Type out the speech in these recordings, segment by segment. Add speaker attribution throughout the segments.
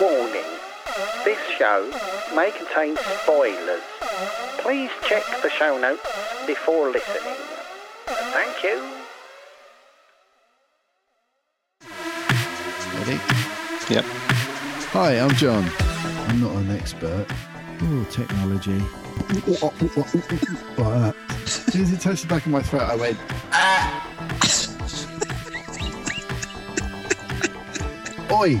Speaker 1: Warning. This show may contain spoilers. Please check the show notes before listening. Thank you.
Speaker 2: Ready?
Speaker 3: Yep.
Speaker 2: Hi, I'm John. I'm not an expert. Oh, technology. like that. As soon as it touched the back of my throat, I went, ah! Oi!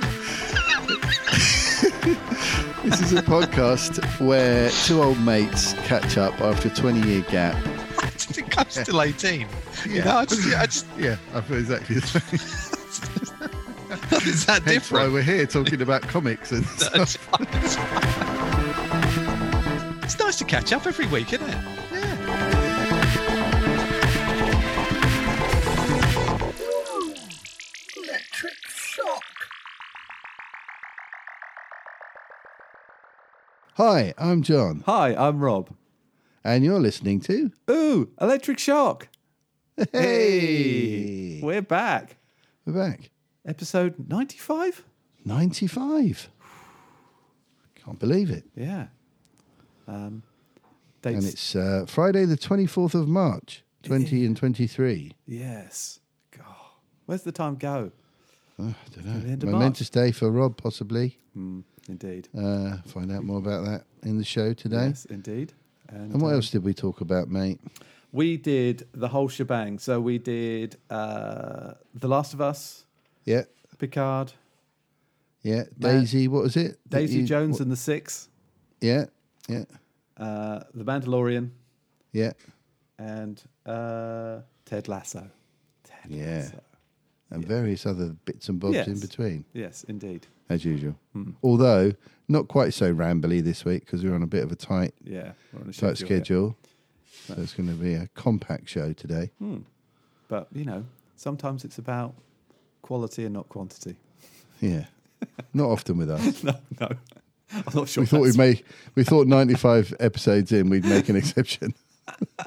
Speaker 2: This is a podcast where two old mates catch up after a 20 year gap.
Speaker 3: I think I'm still 18. You
Speaker 2: Yeah.
Speaker 3: know, I just, I just,
Speaker 2: Yeah, I feel exactly the same.
Speaker 3: it's that
Speaker 2: That's why
Speaker 3: different.
Speaker 2: we're here talking about comics and stuff.
Speaker 3: it's nice to catch up every week, isn't it?
Speaker 2: Yeah. Hi, I'm John,
Speaker 4: Hi, I'm Rob.
Speaker 2: and you're listening to.
Speaker 4: Ooh, electric shock.
Speaker 2: Hey!
Speaker 4: We're back.
Speaker 2: We're back.
Speaker 4: Episode 95?
Speaker 2: 95. Can't believe it.
Speaker 4: Yeah. Um dates,
Speaker 2: And it's uh, Friday, the 24th of March, 20 and 23.
Speaker 4: yes. God. Where's the time go?
Speaker 2: Oh, I
Speaker 4: the
Speaker 2: don't
Speaker 4: end
Speaker 2: know.
Speaker 4: of
Speaker 2: Momentous day for Rob, possibly.
Speaker 4: Indeed.
Speaker 2: Uh, find out more about that in the show today.
Speaker 4: Yes, indeed. And,
Speaker 2: And what
Speaker 4: uh,
Speaker 2: else did we talk about, mate?
Speaker 4: we did the whole shebang. So we did uh The Last of Us,
Speaker 2: Yeah,
Speaker 4: Picard,
Speaker 2: yeah.
Speaker 4: Matt-
Speaker 2: Daisy, what was it? that
Speaker 4: Daisy
Speaker 2: you-
Speaker 4: Jones
Speaker 2: what-
Speaker 4: and the Six,
Speaker 2: yeah, yeah,
Speaker 4: uh The Mandalorian,
Speaker 2: yeah,
Speaker 4: and uh Ted Lasso. Ted
Speaker 2: Yeah.
Speaker 4: Lasso.
Speaker 2: and various other bits and bobs in
Speaker 4: uh, Yes.
Speaker 2: between,
Speaker 4: Yes, indeed.
Speaker 2: as usual. Although not quite so rambly this week because we're on a bit of a tight,
Speaker 4: Yeah. we're on a
Speaker 2: tight
Speaker 4: here.
Speaker 2: schedule. So it's going to be a compact show today.
Speaker 4: But you know, sometimes it's about quality and not quantity.
Speaker 2: Yeah, not often with us.
Speaker 4: No, no, I'm not sure.
Speaker 2: We thought we'd make. We thought ninety-five episodes in, we'd make an exception.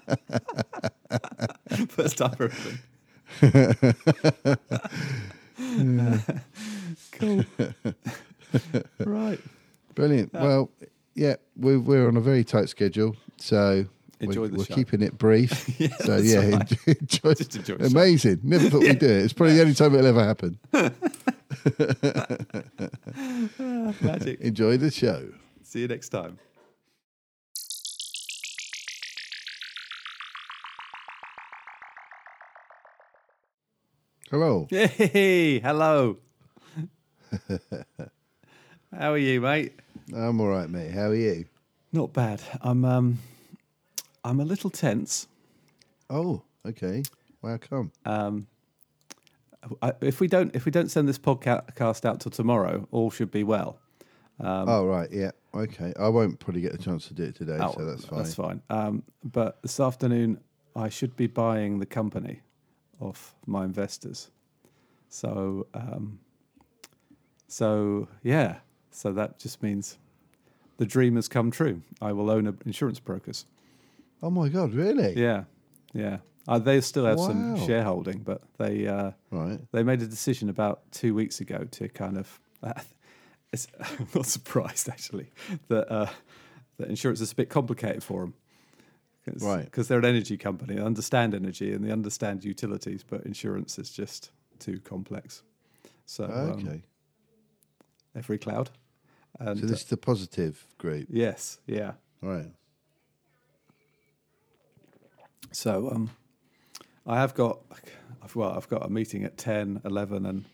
Speaker 4: made first time for everything. cool. right.
Speaker 2: Brilliant. well, yeah, we're, we're on a very tight schedule, so
Speaker 4: Enjoy
Speaker 2: we're,
Speaker 4: the
Speaker 2: we're
Speaker 4: show.
Speaker 2: keeping it brief.
Speaker 4: Yeah,
Speaker 2: so
Speaker 4: that's
Speaker 2: yeah,
Speaker 4: all
Speaker 2: en- enjoy.
Speaker 4: Just enjoy the show.
Speaker 2: Amazing. Never thought we'd do it. It's probably the only time it'll ever happen.
Speaker 4: Ah, Magic.
Speaker 2: enjoy the show.
Speaker 4: See you next time.
Speaker 2: Hello.
Speaker 4: Hey, hello. How are you, mate?
Speaker 2: I'm all right, mate. How are you?
Speaker 4: Not bad. I'm um, I'm a little tense.
Speaker 2: Oh, okay. How come?
Speaker 4: um, I, if we don't if we don't send this podcast out till tomorrow, all should be well. Um,
Speaker 2: oh, right. Yeah. Okay. I won't probably get the chance to do it today,
Speaker 4: Oh,
Speaker 2: so that's fine.
Speaker 4: That's fine. Um, but this afternoon, I should be buying the company off my investors. So, um, so yeah. So that just means the dream has come true. I will own an insurance brokers.
Speaker 2: Oh my God, really?
Speaker 4: Yeah, yeah. Uh, they still have some
Speaker 2: Wow.
Speaker 4: shareholding, but they uh,
Speaker 2: Right.
Speaker 4: they made a decision about two weeks ago to kind of. it's, I'm not surprised actually that uh, that insurance is a bit complicated for them. Cause,
Speaker 2: Right.
Speaker 4: Because they're an energy company, they understand energy and they understand utilities, but insurance is just too complex. So um,
Speaker 2: Okay.
Speaker 4: every cloud. And uh,
Speaker 2: so this is the positive group.
Speaker 4: yes, yeah.
Speaker 2: Right.
Speaker 4: So um, I have got, I've, well, I've got a meeting at 10, 11 and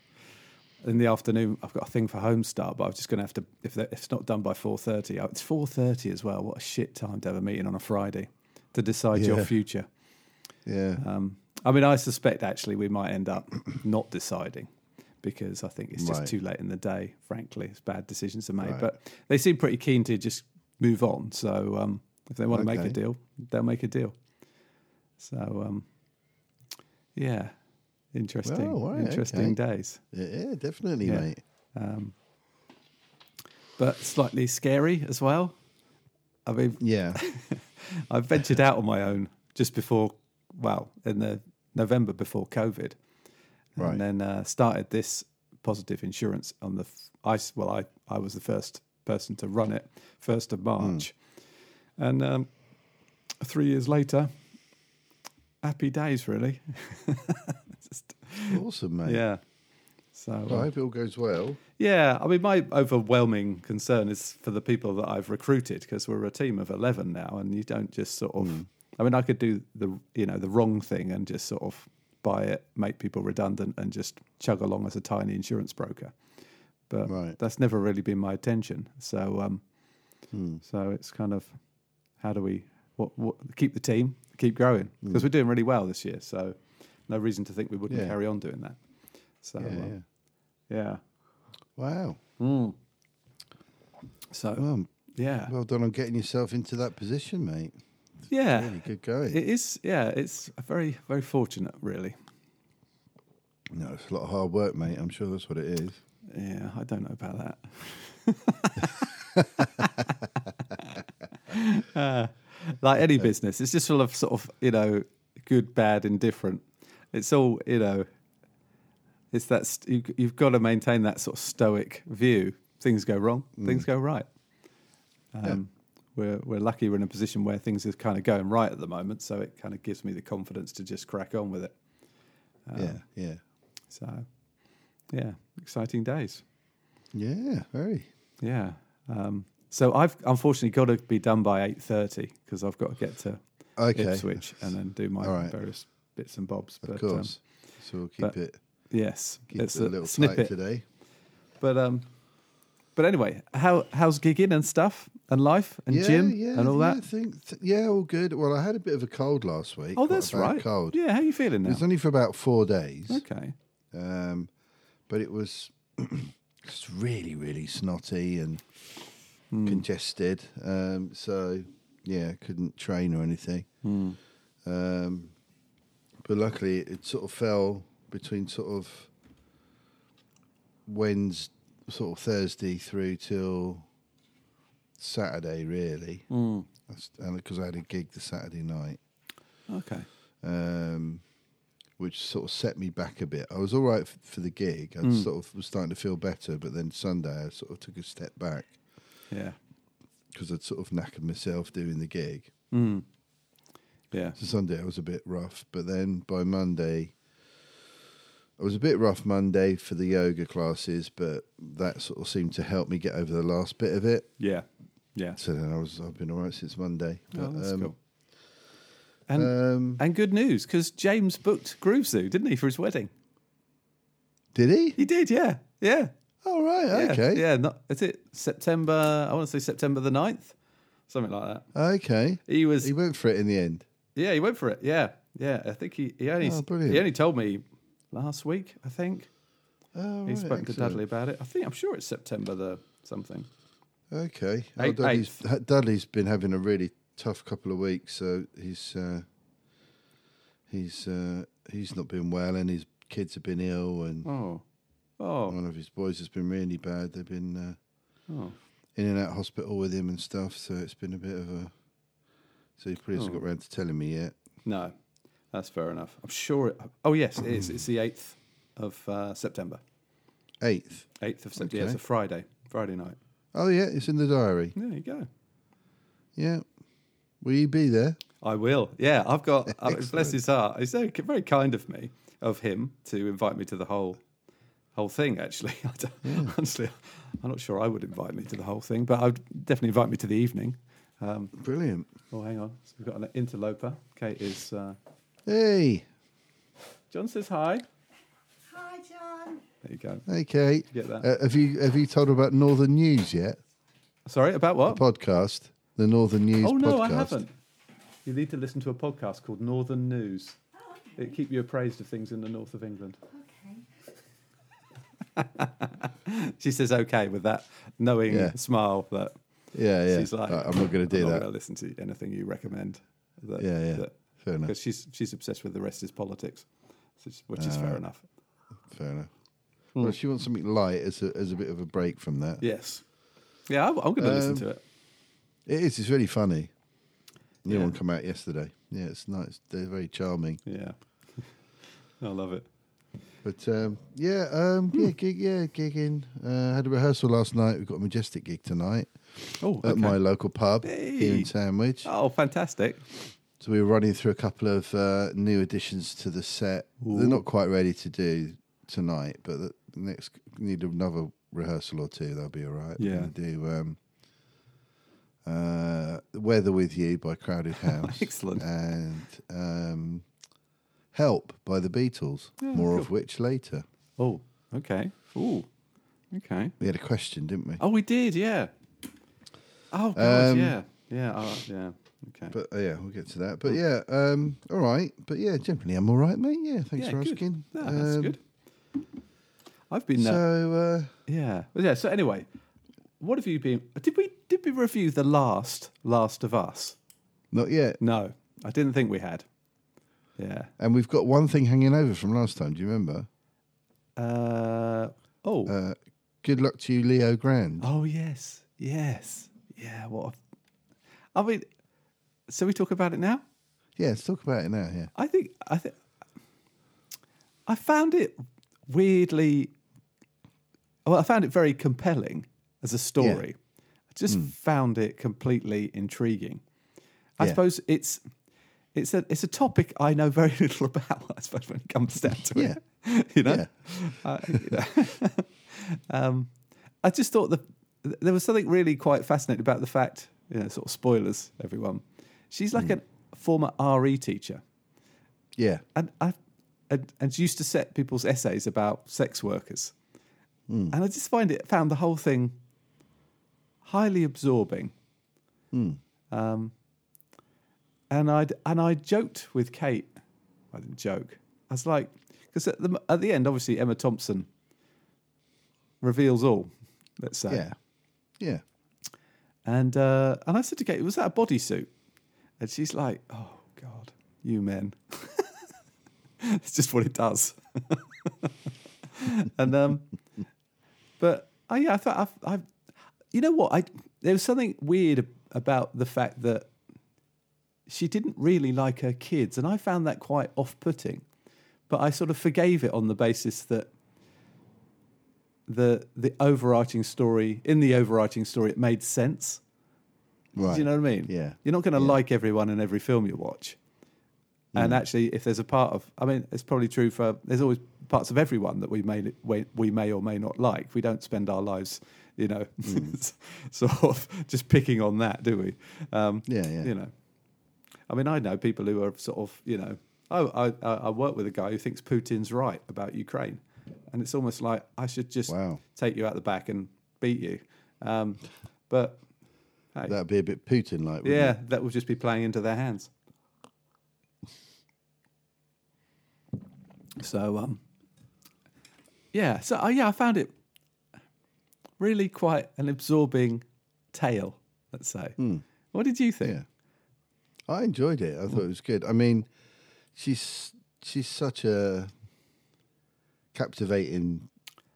Speaker 4: in the afternoon I've got a thing for Homestart, but I'm just going to have to, if, that- if it's not done by 4.30, oh, it's 4.30 as well. What a shit time to have a meeting on a Friday to decide
Speaker 2: Yeah.
Speaker 4: your future.
Speaker 2: Yeah.
Speaker 4: Um, I mean, I suspect actually we might end up not deciding because I think it's just
Speaker 2: Right.
Speaker 4: too late in the day, frankly. It's bad decisions are made,
Speaker 2: Right.
Speaker 4: but they seem pretty keen to just move on. So um, If they want to make
Speaker 2: Okay.
Speaker 4: a deal, they'll make a deal. So, um, yeah, interesting,
Speaker 2: Well, right,
Speaker 4: interesting
Speaker 2: okay.
Speaker 4: days.
Speaker 2: Yeah, definitely,
Speaker 4: Yeah.
Speaker 2: mate.
Speaker 4: Um, but slightly scary as well. I mean,
Speaker 2: Yeah.
Speaker 4: I ventured out on my own just before, well, in the November before COVID,
Speaker 2: Right.
Speaker 4: and then uh, started this positive insurance on the. f- I s- well, I I was the first person to run it, first of March, and um, three years later, happy days, really. Just-
Speaker 2: awesome, mate.
Speaker 4: yeah. So
Speaker 2: Well, I
Speaker 4: uh,
Speaker 2: hope it all goes well.
Speaker 4: yeah, I mean, my overwhelming concern is for the people that I've recruited because we're a team of eleven now, and you don't just sort of.
Speaker 2: Hmm.
Speaker 4: I mean, I could do the you know the wrong thing and just sort of buy it, make people redundant, and just chug along as a tiny insurance broker. But
Speaker 2: Right.
Speaker 4: that's never really been my attention. So, um,
Speaker 2: Hmm.
Speaker 4: so it's kind of how do we what, what keep the team, keep growing because we're doing really well this year. So, no reason to think we wouldn't
Speaker 2: Hmm. Yeah.
Speaker 4: carry on doing that. So,
Speaker 2: Yeah. yeah.
Speaker 4: um, yeah.
Speaker 2: Oh, Wow.
Speaker 4: So
Speaker 2: Well,
Speaker 4: yeah,
Speaker 2: well done on getting yourself into that position, mate.
Speaker 4: yeah,
Speaker 2: Really good going.
Speaker 4: it is. Yeah, it's a very, very fortunate, really.
Speaker 2: no, it's a lot of hard work, mate. I'm sure that's what it is.
Speaker 4: Yeah, I don't know about that. Uh, like any business, it's just sort of, sort of, you know, good, bad, indifferent. It's all, you know, it's that st- you, you've got to maintain that sort of stoic view. Things go wrong, things go right. Um, We're we're lucky we're in a position where things are kind of going right at the moment, so it kind of gives me the confidence to just crack on with it. Ah.
Speaker 2: yeah. Yeah.
Speaker 4: So, yeah, exciting days.
Speaker 2: Yeah. Very.
Speaker 4: Yeah. Um, so I've unfortunately got to be done by eight thirty because I've got to get to
Speaker 2: Okay.
Speaker 4: Ipswich and then do my
Speaker 2: All right.
Speaker 4: various bits and bobs.
Speaker 2: Of
Speaker 4: But, um,
Speaker 2: course. so we'll keep
Speaker 4: but-
Speaker 2: it.
Speaker 4: Um, yes,
Speaker 2: Keep
Speaker 4: it's
Speaker 2: it a
Speaker 4: a,
Speaker 2: little tight
Speaker 4: snippet.
Speaker 2: today.
Speaker 4: But um, but anyway, how how's gigging and stuff and life and gym and all
Speaker 2: yeah,
Speaker 4: that?
Speaker 2: I think th- yeah, all good. Well, I had a bit of a cold last week.
Speaker 4: Oh,
Speaker 2: quite a
Speaker 4: that's
Speaker 2: bad
Speaker 4: right.
Speaker 2: Cold.
Speaker 4: Yeah, how you feeling
Speaker 2: It
Speaker 4: now?
Speaker 2: was only for about four days.
Speaker 4: Okay.
Speaker 2: Um, but it was just really, really snotty and congested. Um, so yeah, couldn't train or anything. Um, but luckily, it sort of fell between sort of Wednesday, sort of Thursday through till Saturday, really. Because I had a gig the Saturday night
Speaker 4: Okay.
Speaker 2: um, which sort of set me back a bit. I was all right f- for the gig. I
Speaker 4: Mm.
Speaker 2: sort of was starting to feel better, but then Sunday I sort of took a step back
Speaker 4: Yeah.
Speaker 2: because I'd sort of knackered myself doing the gig.
Speaker 4: Yeah.
Speaker 2: So Sunday I was a bit rough, but then by Monday I was a bit rough Monday for the yoga classes, but that sort of seemed to help me get over the last bit of it.
Speaker 4: Yeah. Yeah.
Speaker 2: So then I was I've been all right since Monday.
Speaker 4: Oh,
Speaker 2: But,
Speaker 4: that's
Speaker 2: um,
Speaker 4: cool. And
Speaker 2: um,
Speaker 4: and good news because James booked Groove Zoo, didn't he, for his wedding?
Speaker 2: did he?
Speaker 4: He did, yeah. Yeah.
Speaker 2: All right,
Speaker 4: yeah,
Speaker 2: okay,
Speaker 4: Yeah, not, is it September? I want to say September the 9th, something like that.
Speaker 2: okay.
Speaker 4: He was,
Speaker 2: He went for it in the end.
Speaker 4: yeah, he went for it. Yeah, yeah. I think he, he only
Speaker 2: Oh, brilliant.
Speaker 4: he only told me last week. I think
Speaker 2: Oh,
Speaker 4: he
Speaker 2: right,
Speaker 4: spoke to
Speaker 2: excellent.
Speaker 4: Dudley about it. I think I'm sure it's September the something.
Speaker 2: Okay. Oh,
Speaker 4: Eight-
Speaker 2: Dudley's, Dudley's been having a really tough couple of weeks, so he's uh, he's uh, he's not been well, and his kids have been ill, and
Speaker 4: Oh, oh,
Speaker 2: one of his boys has been really bad. They've been uh,
Speaker 4: oh.
Speaker 2: in and out hospital with him and stuff, so it's been a bit of a. So he probably
Speaker 4: Oh.
Speaker 2: hasn't got round to telling me yet.
Speaker 4: No, that's fair enough. I'm sure. It, oh yes, it is. It's the 8th of uh, September.
Speaker 2: Eighth.
Speaker 4: 8th of September. Yeah,
Speaker 2: Okay.
Speaker 4: it's a Friday. Friday night.
Speaker 2: Oh yeah, it's in the diary.
Speaker 4: There you go.
Speaker 2: Yeah. Will you be there?
Speaker 4: I will. Yeah, I've got. Uh, bless
Speaker 2: Excellent.
Speaker 4: his heart. It's very, very kind of me, of him, to invite me to the whole, whole thing. Actually, I don't,
Speaker 2: Hmm.
Speaker 4: honestly, I'm not sure I would invite me to the whole thing, but I'd definitely invite me to the evening. Um,
Speaker 2: Brilliant.
Speaker 4: oh, hang on. So we've got an interloper. Kate is. Uh,
Speaker 2: Hey.
Speaker 4: John says hi.
Speaker 5: Hi, John.
Speaker 4: There you go.
Speaker 2: Hey, Kate.
Speaker 4: Get that.
Speaker 2: Uh, have you have you told her about Northern News yet?
Speaker 4: Sorry about what?
Speaker 2: podcast, the Northern News
Speaker 4: Oh no,
Speaker 2: podcast.
Speaker 4: I haven't. You need to listen to a podcast called Northern News.
Speaker 5: Oh, okay.
Speaker 4: It keep you appraised of things in the north of England.
Speaker 5: okay.
Speaker 4: She says okay with that knowing
Speaker 2: Yeah.
Speaker 4: smile that
Speaker 2: Yeah, yeah.
Speaker 4: She's like,
Speaker 2: I- I'm not gonna do
Speaker 4: I'm
Speaker 2: that."
Speaker 4: gonna listen to anything you recommend. That,
Speaker 2: Yeah, yeah. Fair enough.
Speaker 4: Because she's she's obsessed with the rest is politics, so she- which is
Speaker 2: Uh,
Speaker 4: fair enough.
Speaker 2: Fair enough.
Speaker 4: Hmm.
Speaker 2: Well, she wants something light as a, as a bit of a break from that.
Speaker 4: Yes. Yeah, I'm, I'm going to listen
Speaker 2: Um,
Speaker 4: to it.
Speaker 2: It is. It's really funny. New
Speaker 4: Yeah.
Speaker 2: one come out yesterday. Yeah, it's nice. They're very charming.
Speaker 4: Yeah. I love it.
Speaker 2: But um, yeah, um,
Speaker 4: Hmm.
Speaker 2: yeah, gig, yeah, gigging. Uh, had a rehearsal last night. We've got a majestic gig tonight
Speaker 4: Oh,
Speaker 2: at
Speaker 4: okay.
Speaker 2: my local pub here
Speaker 4: Hey.
Speaker 2: in Sandwich.
Speaker 4: oh, fantastic.
Speaker 2: So we were running through a couple of uh, new additions to the set. They're not quite ready to do tonight, but the next need another rehearsal or two. They'll be all right. We're
Speaker 4: Yeah.
Speaker 2: gonna do um, uh, Weather with You by Crowded House.
Speaker 4: Excellent.
Speaker 2: And um, Help by the Beatles. more of which later.
Speaker 4: Oh, okay. Oh, okay.
Speaker 2: We had a question, didn't we?
Speaker 4: Oh, we did, yeah. Oh, God,
Speaker 2: Um,
Speaker 4: yeah. Yeah, all right, yeah. Okay.
Speaker 2: But uh, yeah, we'll get to that. But yeah, um, all right. But yeah, generally I'm all right, mate. Yeah, thanks
Speaker 4: yeah,
Speaker 2: for
Speaker 4: good.
Speaker 2: asking.
Speaker 4: No, that's
Speaker 2: Um,
Speaker 4: good. I've been uh,
Speaker 2: So. Uh,
Speaker 4: Yeah. Well, yeah. So anyway, what have you been? Did we did we review the last Last of Us?
Speaker 2: Not yet.
Speaker 4: No, I didn't think we had. Yeah.
Speaker 2: And we've got one thing hanging over from last time. Do you remember?
Speaker 4: Uh, oh.
Speaker 2: Uh, good luck to you, Leo Grand.
Speaker 4: oh yes. Yes. Yeah. What? A, I mean, so we talk about it now.
Speaker 2: Yeah, let's talk about it now. Yeah.
Speaker 4: I think I think I found it weirdly. Well, I found it very compelling as a story. I just found it completely intriguing. I
Speaker 2: Yeah.
Speaker 4: suppose it's it's a it's a topic I know very little about. I suppose when it comes down to it, you know. Uh, you know. um, I just thought the there was something really quite fascinating about the fact, you know, sort of spoilers, everyone. She's like a former RE teacher
Speaker 2: Yeah.
Speaker 4: and I and, and she used to set people's essays about sex workers, and I just find it found the whole thing highly absorbing. Um, and I and I joked with Kate. I didn't joke. I was like, because at the at the end, obviously Emma Thompson reveals all. Let's say,
Speaker 2: Yeah. Yeah.
Speaker 4: and uh, and I said to Kate, "Was that a bodysuit?" And she's like, "Oh God, you men, it's just what it does." and um, but I yeah, I thought I've, I've, you know what I there was something weird about the fact that she didn't really like her kids, and I found that quite off-putting. But I sort of forgave it on the basis that the the overarching story in the overarching story it made sense.
Speaker 2: Right.
Speaker 4: Do you know what I mean?
Speaker 2: Yeah.
Speaker 4: You're not going to
Speaker 2: Yeah. Mm.
Speaker 4: like everyone in every film you watch. And actually, if there's a part of, I mean, it's probably true for. There's always parts of everyone that we may we we may or may not like. We don't spend our lives, you know,
Speaker 2: Mm.
Speaker 4: sort of just picking on that, do we? Um,
Speaker 2: Yeah, yeah.
Speaker 4: You know, I mean, I know people who are sort of, you know, oh, I I, I work with a guy who thinks Putin's right about Ukraine, and it's almost like I should just
Speaker 2: Wow.
Speaker 4: take you out the back and beat you. Um, but hey,
Speaker 2: That'd be a bit Putin like.
Speaker 4: yeah, that would just be playing into their hands. So, um, yeah, so uh, yeah, I found it really quite an absorbing tale. Let's say. What did you think?
Speaker 2: Yeah. I enjoyed it. I thought it was good. I mean, she's she's such a captivating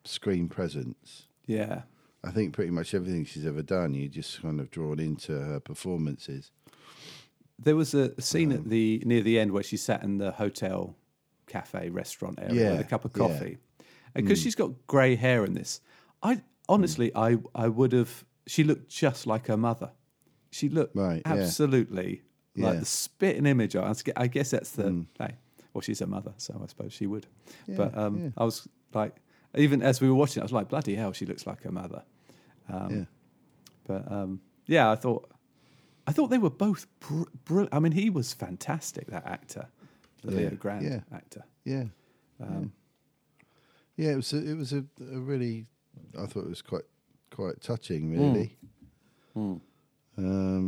Speaker 2: screen presence.
Speaker 4: Yeah,
Speaker 2: I think pretty much everything she's ever done, you just kind of drawn into her performances.
Speaker 4: there was a scene
Speaker 2: Um,
Speaker 4: at the near the end where she sat in the hotel cafe restaurant area with
Speaker 2: Yeah,
Speaker 4: a cup of
Speaker 2: yeah. Hmm.
Speaker 4: coffee and because she's got grey hair in this i honestly i i would have she looked just like her mother she looked
Speaker 2: Right, yeah.
Speaker 4: absolutely like
Speaker 2: Yeah. Hmm.
Speaker 4: the spitting image I was- i guess that's the hey, well she's her mother so i suppose she would but um i was like even as we were watching i was like bloody hell she looks like her mother Um,
Speaker 2: yeah.
Speaker 4: but um, yeah, I thought I thought they were both br- brilliant. I mean, he was fantastic. That actor, the
Speaker 2: Yeah,
Speaker 4: Leo Grand
Speaker 2: yeah.
Speaker 4: actor.
Speaker 2: Yeah.
Speaker 4: Um,
Speaker 2: yeah. it was a, it was a, a really I thought it was quite quite touching
Speaker 4: Hmm.
Speaker 2: really. Um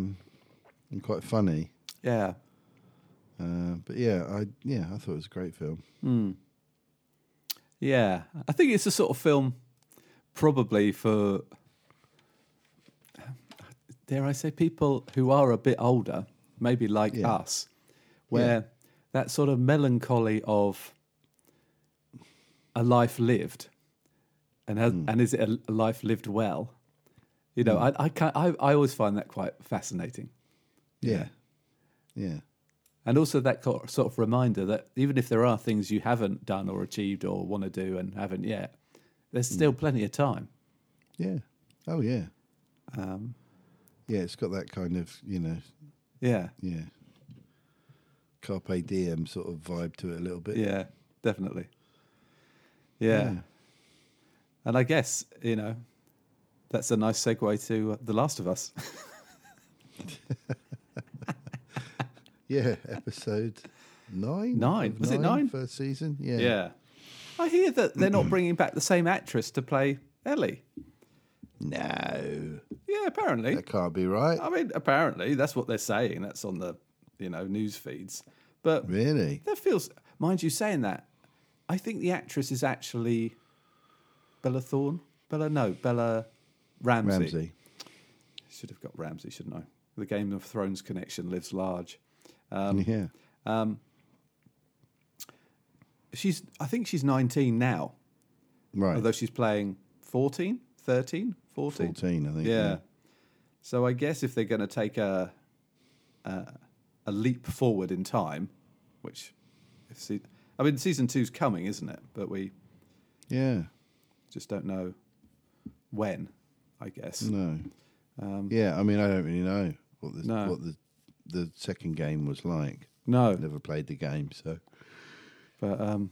Speaker 2: and quite funny.
Speaker 4: Yeah,
Speaker 2: Uh, but yeah, I yeah, I thought it was a great film.
Speaker 4: yeah. I think it's a sort of film, probably for dare I say, people who are a bit older, maybe like
Speaker 2: Yeah.
Speaker 4: us, where that sort of melancholy of a life lived, and
Speaker 2: Mm.
Speaker 4: has, and is it a, a life lived well? You know, I I, can I I always find that quite fascinating,
Speaker 2: Yeah. Yeah.
Speaker 4: and also that co- sort of reminder that even if there are things you haven't done or achieved or want to do and haven't yet, there's still plenty of time.
Speaker 2: Yeah. Oh, yeah.
Speaker 4: Um,
Speaker 2: Yeah. It's got that kind of, you know,
Speaker 4: yeah,
Speaker 2: yeah. Carpe diem sort of vibe to it a little bit.
Speaker 4: yeah, definitely. Yeah.
Speaker 2: Yeah.
Speaker 4: And I guess, you know, that's a nice segue to uh, The Last of Us.
Speaker 2: Yeah. Episode nine.
Speaker 4: Nine.
Speaker 2: of
Speaker 4: Was it nine?
Speaker 2: First season. Yeah.
Speaker 4: I hear that they're not bringing back the same actress to play Ellie.
Speaker 2: No.
Speaker 4: Yeah, apparently.
Speaker 2: That can't be right.
Speaker 4: I mean, apparently, that's what they're saying. That's on the, you know, news feeds. But
Speaker 2: Really?
Speaker 4: that feels, mind you, saying that, I think the actress is actually Bella Thorne. Bella, no, Bella
Speaker 2: Ramsey.
Speaker 4: should have got Ramsey, shouldn't I? The Game of Thrones connection lives large. Um,
Speaker 2: yeah.
Speaker 4: She's, I think she's 19 now,
Speaker 2: Right.
Speaker 4: although she's playing 14, 13, 14.
Speaker 2: 14, I think.
Speaker 4: Yeah. So I guess if they're going to take a, a a leap forward in time, which if se- I mean season two's coming, isn't it? But we
Speaker 2: Yeah.
Speaker 4: just don't know when. I guess.
Speaker 2: No. yeah. I mean, I don't really know what the,
Speaker 4: Um, No.
Speaker 2: what the, the second game was like.
Speaker 4: No.
Speaker 2: Never played the game, so.
Speaker 4: But um,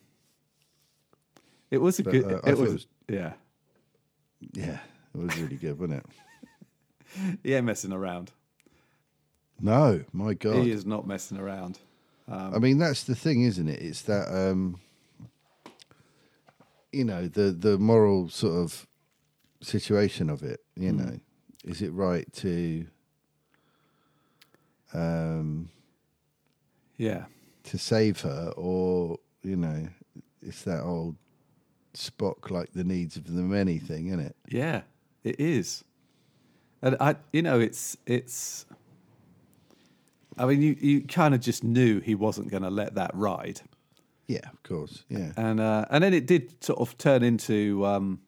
Speaker 4: it was a
Speaker 2: But,
Speaker 4: good.
Speaker 2: uh, I
Speaker 4: it,
Speaker 2: thought
Speaker 4: was,
Speaker 2: it was-
Speaker 4: yeah,
Speaker 2: Yeah, it was really good, wasn't it?
Speaker 4: yeah, messing around.
Speaker 2: No, my
Speaker 4: He
Speaker 2: God.
Speaker 4: is not messing around.
Speaker 2: I mean, that's the thing, isn't it? It's that, um, you know, the the moral sort of situation of it. You
Speaker 4: Hmm.
Speaker 2: know, is it right to um,
Speaker 4: Yeah,
Speaker 2: to save her, or you know, it's that old Spock like the needs of the many thing, isn't it?
Speaker 4: yeah, it is. And I, you know, it's it's. I mean, you you kind of just knew he wasn't going to let that ride,
Speaker 2: Yeah, of course. Yeah,
Speaker 4: and uh, and then it did sort of turn into um,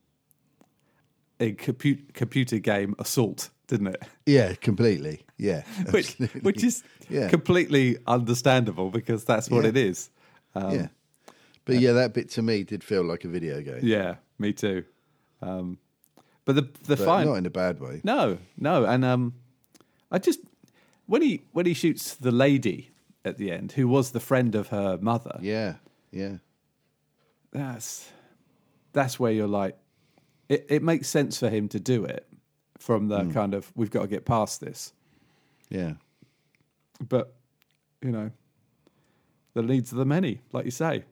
Speaker 4: a compute, computer game assault, didn't it?
Speaker 2: yeah, completely. Yeah,
Speaker 4: which
Speaker 2: absolutely.
Speaker 4: which is
Speaker 2: Yeah.
Speaker 4: completely understandable because that's what
Speaker 2: Yeah.
Speaker 4: it is. um,
Speaker 2: yeah. But yeah, that bit to me did feel like a video game.
Speaker 4: Yeah, me too. Um, but the the
Speaker 2: but
Speaker 4: fine
Speaker 2: not in a bad way.
Speaker 4: No, no, and um, I just when he when he shoots the lady at the end, who was the friend of her mother,
Speaker 2: Yeah, yeah,
Speaker 4: that's that's where you're like, it, it makes sense for him to do it from
Speaker 2: Hmm.
Speaker 4: the kind of we've got to get past this,
Speaker 2: yeah,
Speaker 4: but you know, the needs of the many, like you say,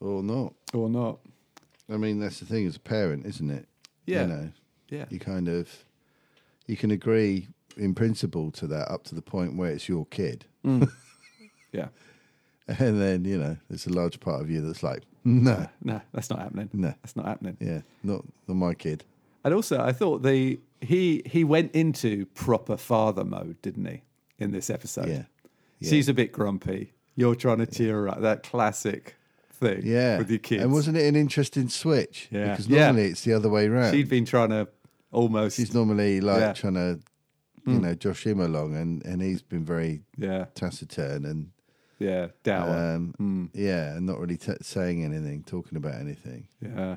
Speaker 2: or not.
Speaker 4: or not.
Speaker 2: I mean, that's the thing as a parent, isn't it?
Speaker 4: Yeah.
Speaker 2: you know,
Speaker 4: Yeah,
Speaker 2: you kind of you can agree in principle to that up to the point where it's your kid,
Speaker 4: yeah.
Speaker 2: and then you know there's a large part of you that's like, no,
Speaker 4: No, that's not happening.
Speaker 2: No.
Speaker 4: that's not happening.
Speaker 2: yeah, not not my kid.
Speaker 4: And also, I thought the he he went into proper father mode, didn't he? In this episode,
Speaker 2: Yeah. Yeah.
Speaker 4: she's a bit grumpy. You're trying to cheer her up. That classic thing,
Speaker 2: Yeah,
Speaker 4: with your kids.
Speaker 2: And wasn't it an interesting switch?
Speaker 4: Yeah.
Speaker 2: because
Speaker 4: Yeah.
Speaker 2: normally it's the other way around.
Speaker 4: she'd been trying to almost,
Speaker 2: She's normally like
Speaker 4: Yeah. Hmm.
Speaker 2: trying to, you know, josh him along, and and he's been very
Speaker 4: yeah,
Speaker 2: taciturn and
Speaker 4: yeah, dour,
Speaker 2: um, yeah, and not really t- saying anything, talking about anything.
Speaker 4: yeah,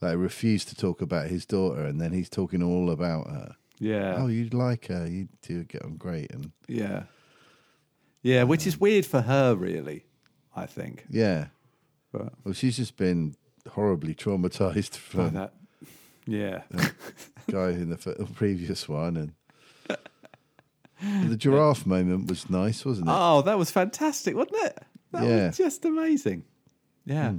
Speaker 2: Like refused to talk about his daughter, and then he's talking all about her.
Speaker 4: yeah,
Speaker 2: Oh, you'd like her, you do get on great, and
Speaker 4: yeah, yeah. Which is weird for her, really. I think.
Speaker 2: yeah.
Speaker 4: But-
Speaker 2: Well, she's just been horribly traumatized
Speaker 4: By
Speaker 2: from
Speaker 4: that, yeah,
Speaker 2: guy in the f- previous one, and. The giraffe moment was nice, wasn't it?
Speaker 4: Oh, that was fantastic, wasn't it? That
Speaker 2: Yeah. Hmm.
Speaker 4: was just amazing. Yeah.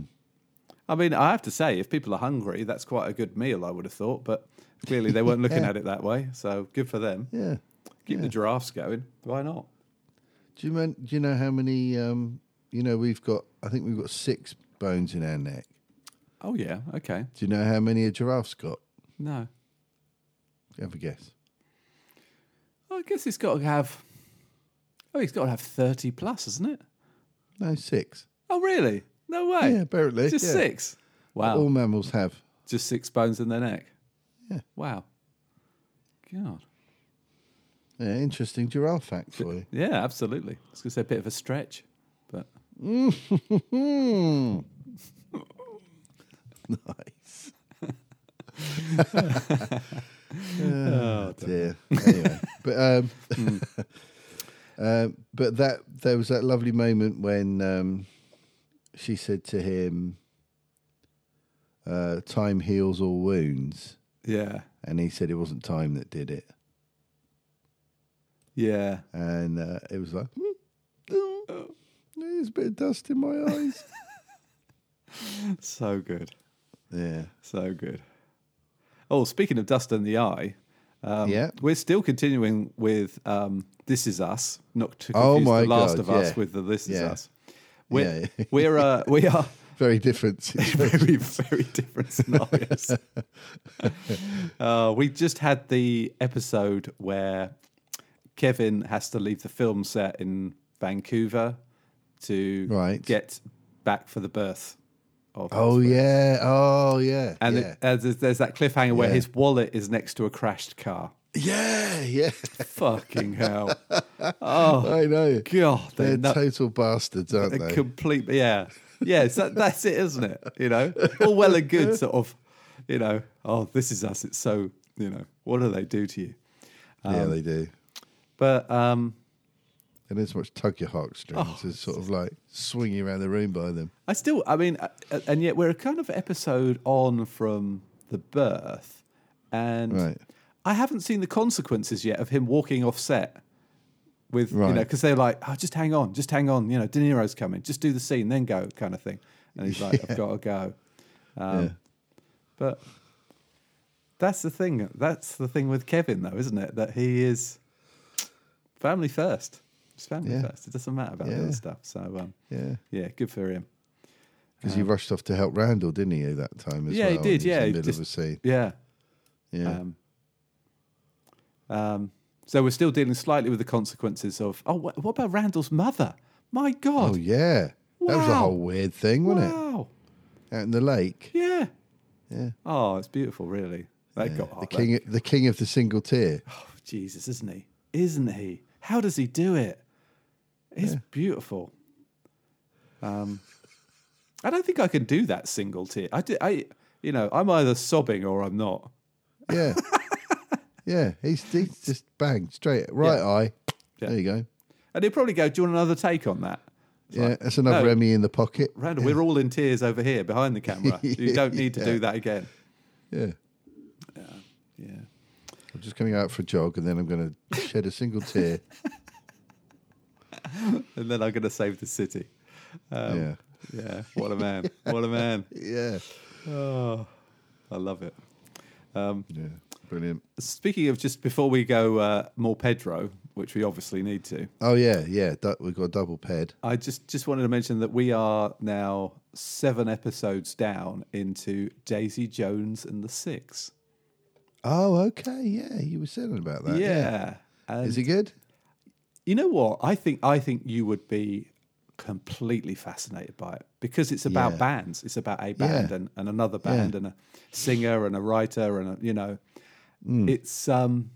Speaker 4: I mean, I have to say, if people are hungry, that's quite a good meal, I would have thought, but clearly they weren't looking
Speaker 2: Yeah.
Speaker 4: at it that way. So good for them.
Speaker 2: Yeah.
Speaker 4: Keep the giraffes going. Why not?
Speaker 2: Do you, man, do you know how many? Um, you know, we've got. I think we've got six bones in our neck.
Speaker 4: Oh, yeah. Okay.
Speaker 2: Do you know how many a giraffe's got?
Speaker 4: No.
Speaker 2: Have a guess.
Speaker 4: I guess it's got to have. Oh, he's got to have thirty plus, isn't it?
Speaker 2: No, six.
Speaker 4: Oh, really? No way.
Speaker 2: Yeah, apparently.
Speaker 4: Just
Speaker 2: yeah.
Speaker 4: six. Wow.
Speaker 2: All mammals have.
Speaker 4: Just six bones in their neck.
Speaker 2: Yeah.
Speaker 4: Wow. God.
Speaker 2: Yeah, interesting giraffe fact for you.
Speaker 4: Yeah, absolutely. I was going to say a bit of a stretch, but
Speaker 2: Mm. nice. oh, dear. Anyway, but um, um, but that there was that lovely moment when um, she said to him, uh, "Time heals all wounds,"
Speaker 4: yeah,
Speaker 2: and he said it wasn't time that did it,
Speaker 4: yeah.
Speaker 2: and uh, it was like. "Hmm, oh, There's a bit of dust in my eyes.
Speaker 4: So good.
Speaker 2: yeah.
Speaker 4: So good. Oh, speaking of dust in the eye, um,
Speaker 2: Yeah.
Speaker 4: we're still continuing with um, "This Is Us." Not to confuse
Speaker 2: Oh my
Speaker 4: the Last
Speaker 2: God,
Speaker 4: of Us
Speaker 2: yeah.
Speaker 4: with the "This Is
Speaker 2: Yeah.
Speaker 4: Us." We're,
Speaker 2: Yeah.
Speaker 4: we're uh, we are
Speaker 2: Very different situation.
Speaker 4: very very different scenarios. uh, we just had the episode where Kevin has to leave the film set in Vancouver to
Speaker 2: Right.
Speaker 4: get back for the birth. Of
Speaker 2: Oh
Speaker 4: Oswald.
Speaker 2: yeah. Oh yeah.
Speaker 4: And
Speaker 2: yeah.
Speaker 4: it- uh, there's, there's that cliffhanger where
Speaker 2: Yeah.
Speaker 4: his wallet is next to a crashed car.
Speaker 2: yeah, yeah.
Speaker 4: Fucking hell.
Speaker 2: I know.
Speaker 4: Oh, God,
Speaker 2: They're
Speaker 4: they're, nu-
Speaker 2: total bastards, aren't
Speaker 4: they're
Speaker 2: they?
Speaker 4: complete. Yeah. Yeah, it's that, that's it, isn't it? You know, all well and good, sort of, you know, oh, this is us. It's so, you know, what do they do to you?
Speaker 2: yeah, they do.
Speaker 4: But um,
Speaker 2: And there's much tug your heartstrings
Speaker 4: Oh,
Speaker 2: as sort of like swinging around the room by them.
Speaker 4: I still, I mean, uh, and yet we're a kind of episode on from the birth, and
Speaker 2: Right.
Speaker 4: I haven't seen the consequences yet of him walking off set with you
Speaker 2: Right.
Speaker 4: know because they're like, oh, just hang on, just hang on, you know, De Niro's coming, just do the scene, then go, kind of thing, and he's like, I've got to go, um,
Speaker 2: Yeah.
Speaker 4: but that's the thing, that's the thing with Kevin though, isn't it? That he is family first, it's family
Speaker 2: Yeah.
Speaker 4: first. It doesn't matter about the
Speaker 2: Yeah.
Speaker 4: other stuff. So um,
Speaker 2: Yeah.
Speaker 4: yeah, good for him.
Speaker 2: Because he rushed off to help Randall, didn't he, that time as
Speaker 4: Um, Yeah,
Speaker 2: well?
Speaker 4: he
Speaker 2: and
Speaker 4: did,
Speaker 2: was in
Speaker 4: yeah,
Speaker 2: the
Speaker 4: he
Speaker 2: middle
Speaker 4: just-
Speaker 2: of a scene.
Speaker 4: Yeah.
Speaker 2: Yeah.
Speaker 4: Um, um, so we're still dealing slightly with the consequences of. Oh, wh- what about Randall's mother? My God!
Speaker 2: oh yeah. That was a
Speaker 4: Wow.
Speaker 2: whole weird thing, wasn't
Speaker 4: wow!
Speaker 2: it? Out in the lake.
Speaker 4: Yeah.
Speaker 2: Yeah.
Speaker 4: Oh, it's beautiful, really. That
Speaker 2: Yeah.
Speaker 4: got oh,
Speaker 2: the
Speaker 4: that-
Speaker 2: king the king of the single tear.
Speaker 4: oh, Jesus, isn't he? Isn't he? How does he do it? It's beautiful. Um, I don't think I can do that single tear. I, do, I, you know, I'm either sobbing or I'm not.
Speaker 2: Yeah. yeah. He's, he's just bang, straight right
Speaker 4: Yeah.
Speaker 2: eye.
Speaker 4: Yeah.
Speaker 2: There you go.
Speaker 4: And he'll probably go, "Do you want another take on that?"
Speaker 2: Yeah, that's another
Speaker 4: no.
Speaker 2: Emmy in the pocket.
Speaker 4: Randall, we're all in tears over here behind the camera. You don't need to do that again.
Speaker 2: Yeah.
Speaker 4: Yeah.
Speaker 2: I'm just going to go out for a jog and then I'm going to shed a single tear.
Speaker 4: And then I'm going to save the city. Um,
Speaker 2: yeah.
Speaker 4: Yeah. What a man. What a man.
Speaker 2: Yeah.
Speaker 4: I love it.
Speaker 2: Yeah. Brilliant.
Speaker 4: Speaking of just before we go uh, more Pedro, which we obviously need to,
Speaker 2: Oh, yeah. Yeah. Du- we've got a double ped.
Speaker 4: I just, just wanted to mention that we are now seven episodes down into Daisy Jones and the Six.
Speaker 2: Oh, okay. Yeah. You were saying about that.
Speaker 4: Uh, yeah. And
Speaker 2: Is it good?
Speaker 4: you know what? I think I think you would be completely fascinated by it because it's about
Speaker 2: Yeah.
Speaker 4: bands. It's about a band
Speaker 2: Yeah.
Speaker 4: and, and another band and a singer and a writer and a, you know,
Speaker 2: Hmm.
Speaker 4: it's um.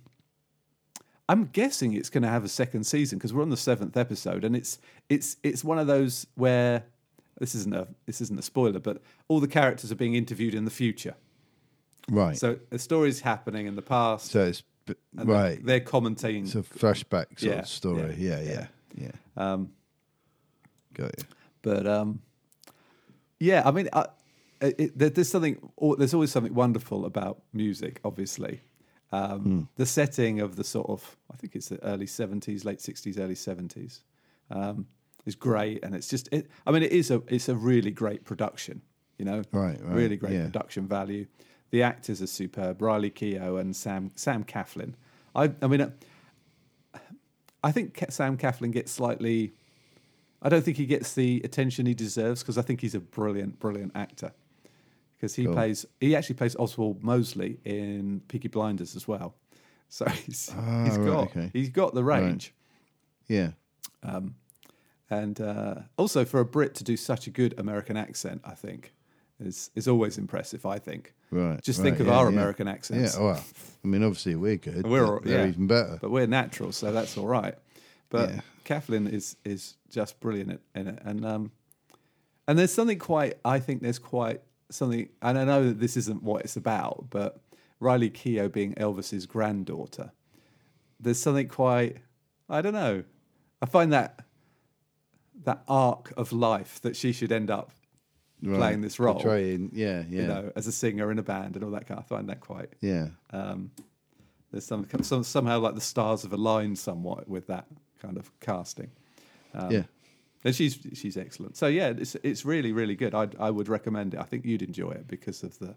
Speaker 4: I'm guessing it's going to have a second season because we're on the seventh episode, and it's it's it's one of those where this isn't a this isn't a spoiler, but all the characters are being interviewed in the future.
Speaker 2: Right. So,
Speaker 4: So the story's happening in the past.
Speaker 2: it's b-
Speaker 4: and they're-
Speaker 2: right.
Speaker 4: They're commentating.
Speaker 2: It's a flashback sort
Speaker 4: Yeah,
Speaker 2: of story. Yeah. Yeah. Yeah. Um, got you.
Speaker 4: but um, yeah, I mean, I, it, there- there's something. al- There's always something wonderful about music. Obviously, um,
Speaker 2: Hmm.
Speaker 4: the setting of the sort of I think it's the early '70s, late '60s, early '70s um, is great, and it's just. It, I mean, it is a it's a really great production. You know,
Speaker 2: Right, right,
Speaker 4: really great
Speaker 2: yeah.
Speaker 4: production value. The actors are superb. Riley Keough and Sam Sam Coughlin. I I mean. uh, I think Ca- Sam Coughlin gets slightly. I don't think he gets the attention he deserves because I think he's a brilliant, brilliant actor. Because he plays, he actually plays Oswald Mosley in Peaky Blinders as well. So he's
Speaker 2: Ah,
Speaker 4: he's
Speaker 2: right,
Speaker 4: got
Speaker 2: okay.
Speaker 4: he's got the
Speaker 2: Right.
Speaker 4: range.
Speaker 2: Yeah.
Speaker 4: and uh, also for a Brit to do such a good American accent, I think is is always impressive. I think.
Speaker 2: Right.
Speaker 4: Just
Speaker 2: right,
Speaker 4: think of
Speaker 2: yeah,
Speaker 4: our
Speaker 2: yeah.
Speaker 4: American accents.
Speaker 2: Yeah. Well, I mean, obviously we're good.
Speaker 4: We're
Speaker 2: but
Speaker 4: all-
Speaker 2: they're
Speaker 4: yeah.
Speaker 2: even better.
Speaker 4: But we're natural, so that's all right. But
Speaker 2: Yeah.
Speaker 4: Kathleen is is just brilliant at- in it, and um, and there's something quite. I think there's quite something, and I know that this isn't what it's about, but Riley Keough being Elvis's granddaughter, there's something quite. I don't know. I find that that arc of life that she should end up
Speaker 2: Right.
Speaker 4: playing this role,
Speaker 2: Portraying- Yeah. Yeah.
Speaker 4: you know, as a singer in a band and all that kind. I find that quite
Speaker 2: Yeah.
Speaker 4: there's some, some somehow like the stars have aligned somewhat with that kind of casting. Um,
Speaker 2: yeah.
Speaker 4: And she's she's excellent. So yeah, it's it's really really good. I I would recommend it. I think you'd enjoy it because of the.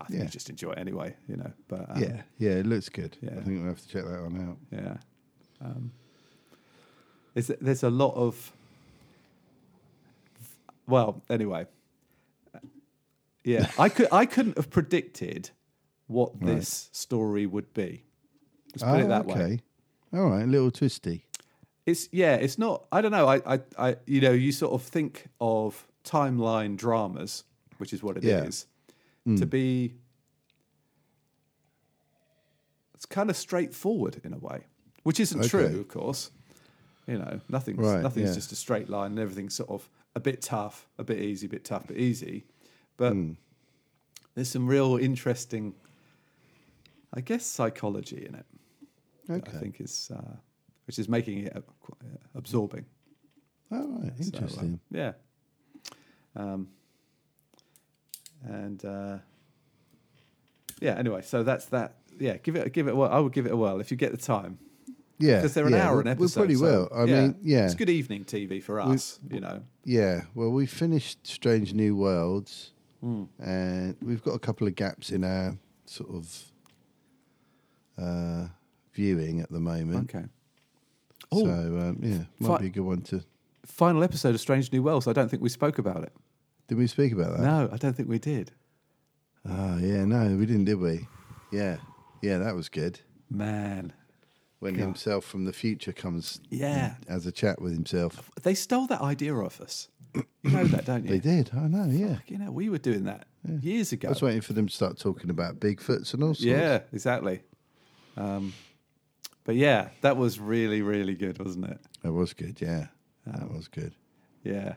Speaker 4: I think
Speaker 2: Yeah.
Speaker 4: you just enjoy it anyway, you know. But um,
Speaker 2: Yeah. Yeah. It looks good.
Speaker 4: yeah.
Speaker 2: I think we'll have to check that one out.
Speaker 4: yeah. Um, there's there's a lot of. Well, anyway. Yeah, I could I couldn't have predicted what this story would be. Let's put it
Speaker 2: Oh,
Speaker 4: that way.
Speaker 2: okay. All right. A little twisty.
Speaker 4: it's yeah it's not i don't know I, I i you know you sort of think of timeline dramas which is what it is,
Speaker 2: Yeah. Mm.
Speaker 4: to be it's kind of straightforward in a way which isn't
Speaker 2: Okay.
Speaker 4: true of course you know nothing's
Speaker 2: Right,
Speaker 4: nothing's
Speaker 2: yeah.
Speaker 4: just a straight line and everything's sort of a bit tough a bit easy a bit tough but easy but
Speaker 2: Hmm.
Speaker 4: there's some real interesting i guess psychology in it
Speaker 2: Okay.
Speaker 4: I think is uh, which is making it uh, qu- uh, absorbing.
Speaker 2: All right.
Speaker 4: So, uh,
Speaker 2: Interesting.
Speaker 4: yeah. Um, and uh, yeah. Anyway, so that's that. Yeah, give it give it. Well, I would give it a whirl if you get the time
Speaker 2: yeah.
Speaker 4: because they're an
Speaker 2: yeah,
Speaker 4: hour
Speaker 2: we-
Speaker 4: an
Speaker 2: We
Speaker 4: episode.
Speaker 2: probably
Speaker 4: so,
Speaker 2: will. I mean, yeah.
Speaker 4: it's good evening TV for us. you know,
Speaker 2: Yeah, well, we finished Strange New Worlds,
Speaker 4: Hmm.
Speaker 2: and we've got a couple of gaps in our sort of uh, viewing at the moment.
Speaker 4: okay.
Speaker 2: So
Speaker 4: Oh.
Speaker 2: um, yeah, might
Speaker 4: Fi-
Speaker 2: be a good one to.
Speaker 4: Final episode of Strange New Worlds. I don't think we spoke about it.
Speaker 2: Did we speak about that?
Speaker 4: No, I don't think we did.
Speaker 2: Oh, yeah, no, we didn't, did we? Yeah, yeah, that was good.
Speaker 4: Man,
Speaker 2: When himself from the future comes,
Speaker 4: Yeah.
Speaker 2: and has a chat with himself.
Speaker 4: they stole that idea off us. You know that, don't you?
Speaker 2: They did. I know. Yeah,
Speaker 4: You know, we were doing that years ago.
Speaker 2: I was waiting for them to start talking about Bigfoots and all sorts.
Speaker 4: Yeah, exactly. Um, but yeah, that was really, really good, wasn't it?
Speaker 2: that was good. Yeah, that was good.
Speaker 4: Yeah.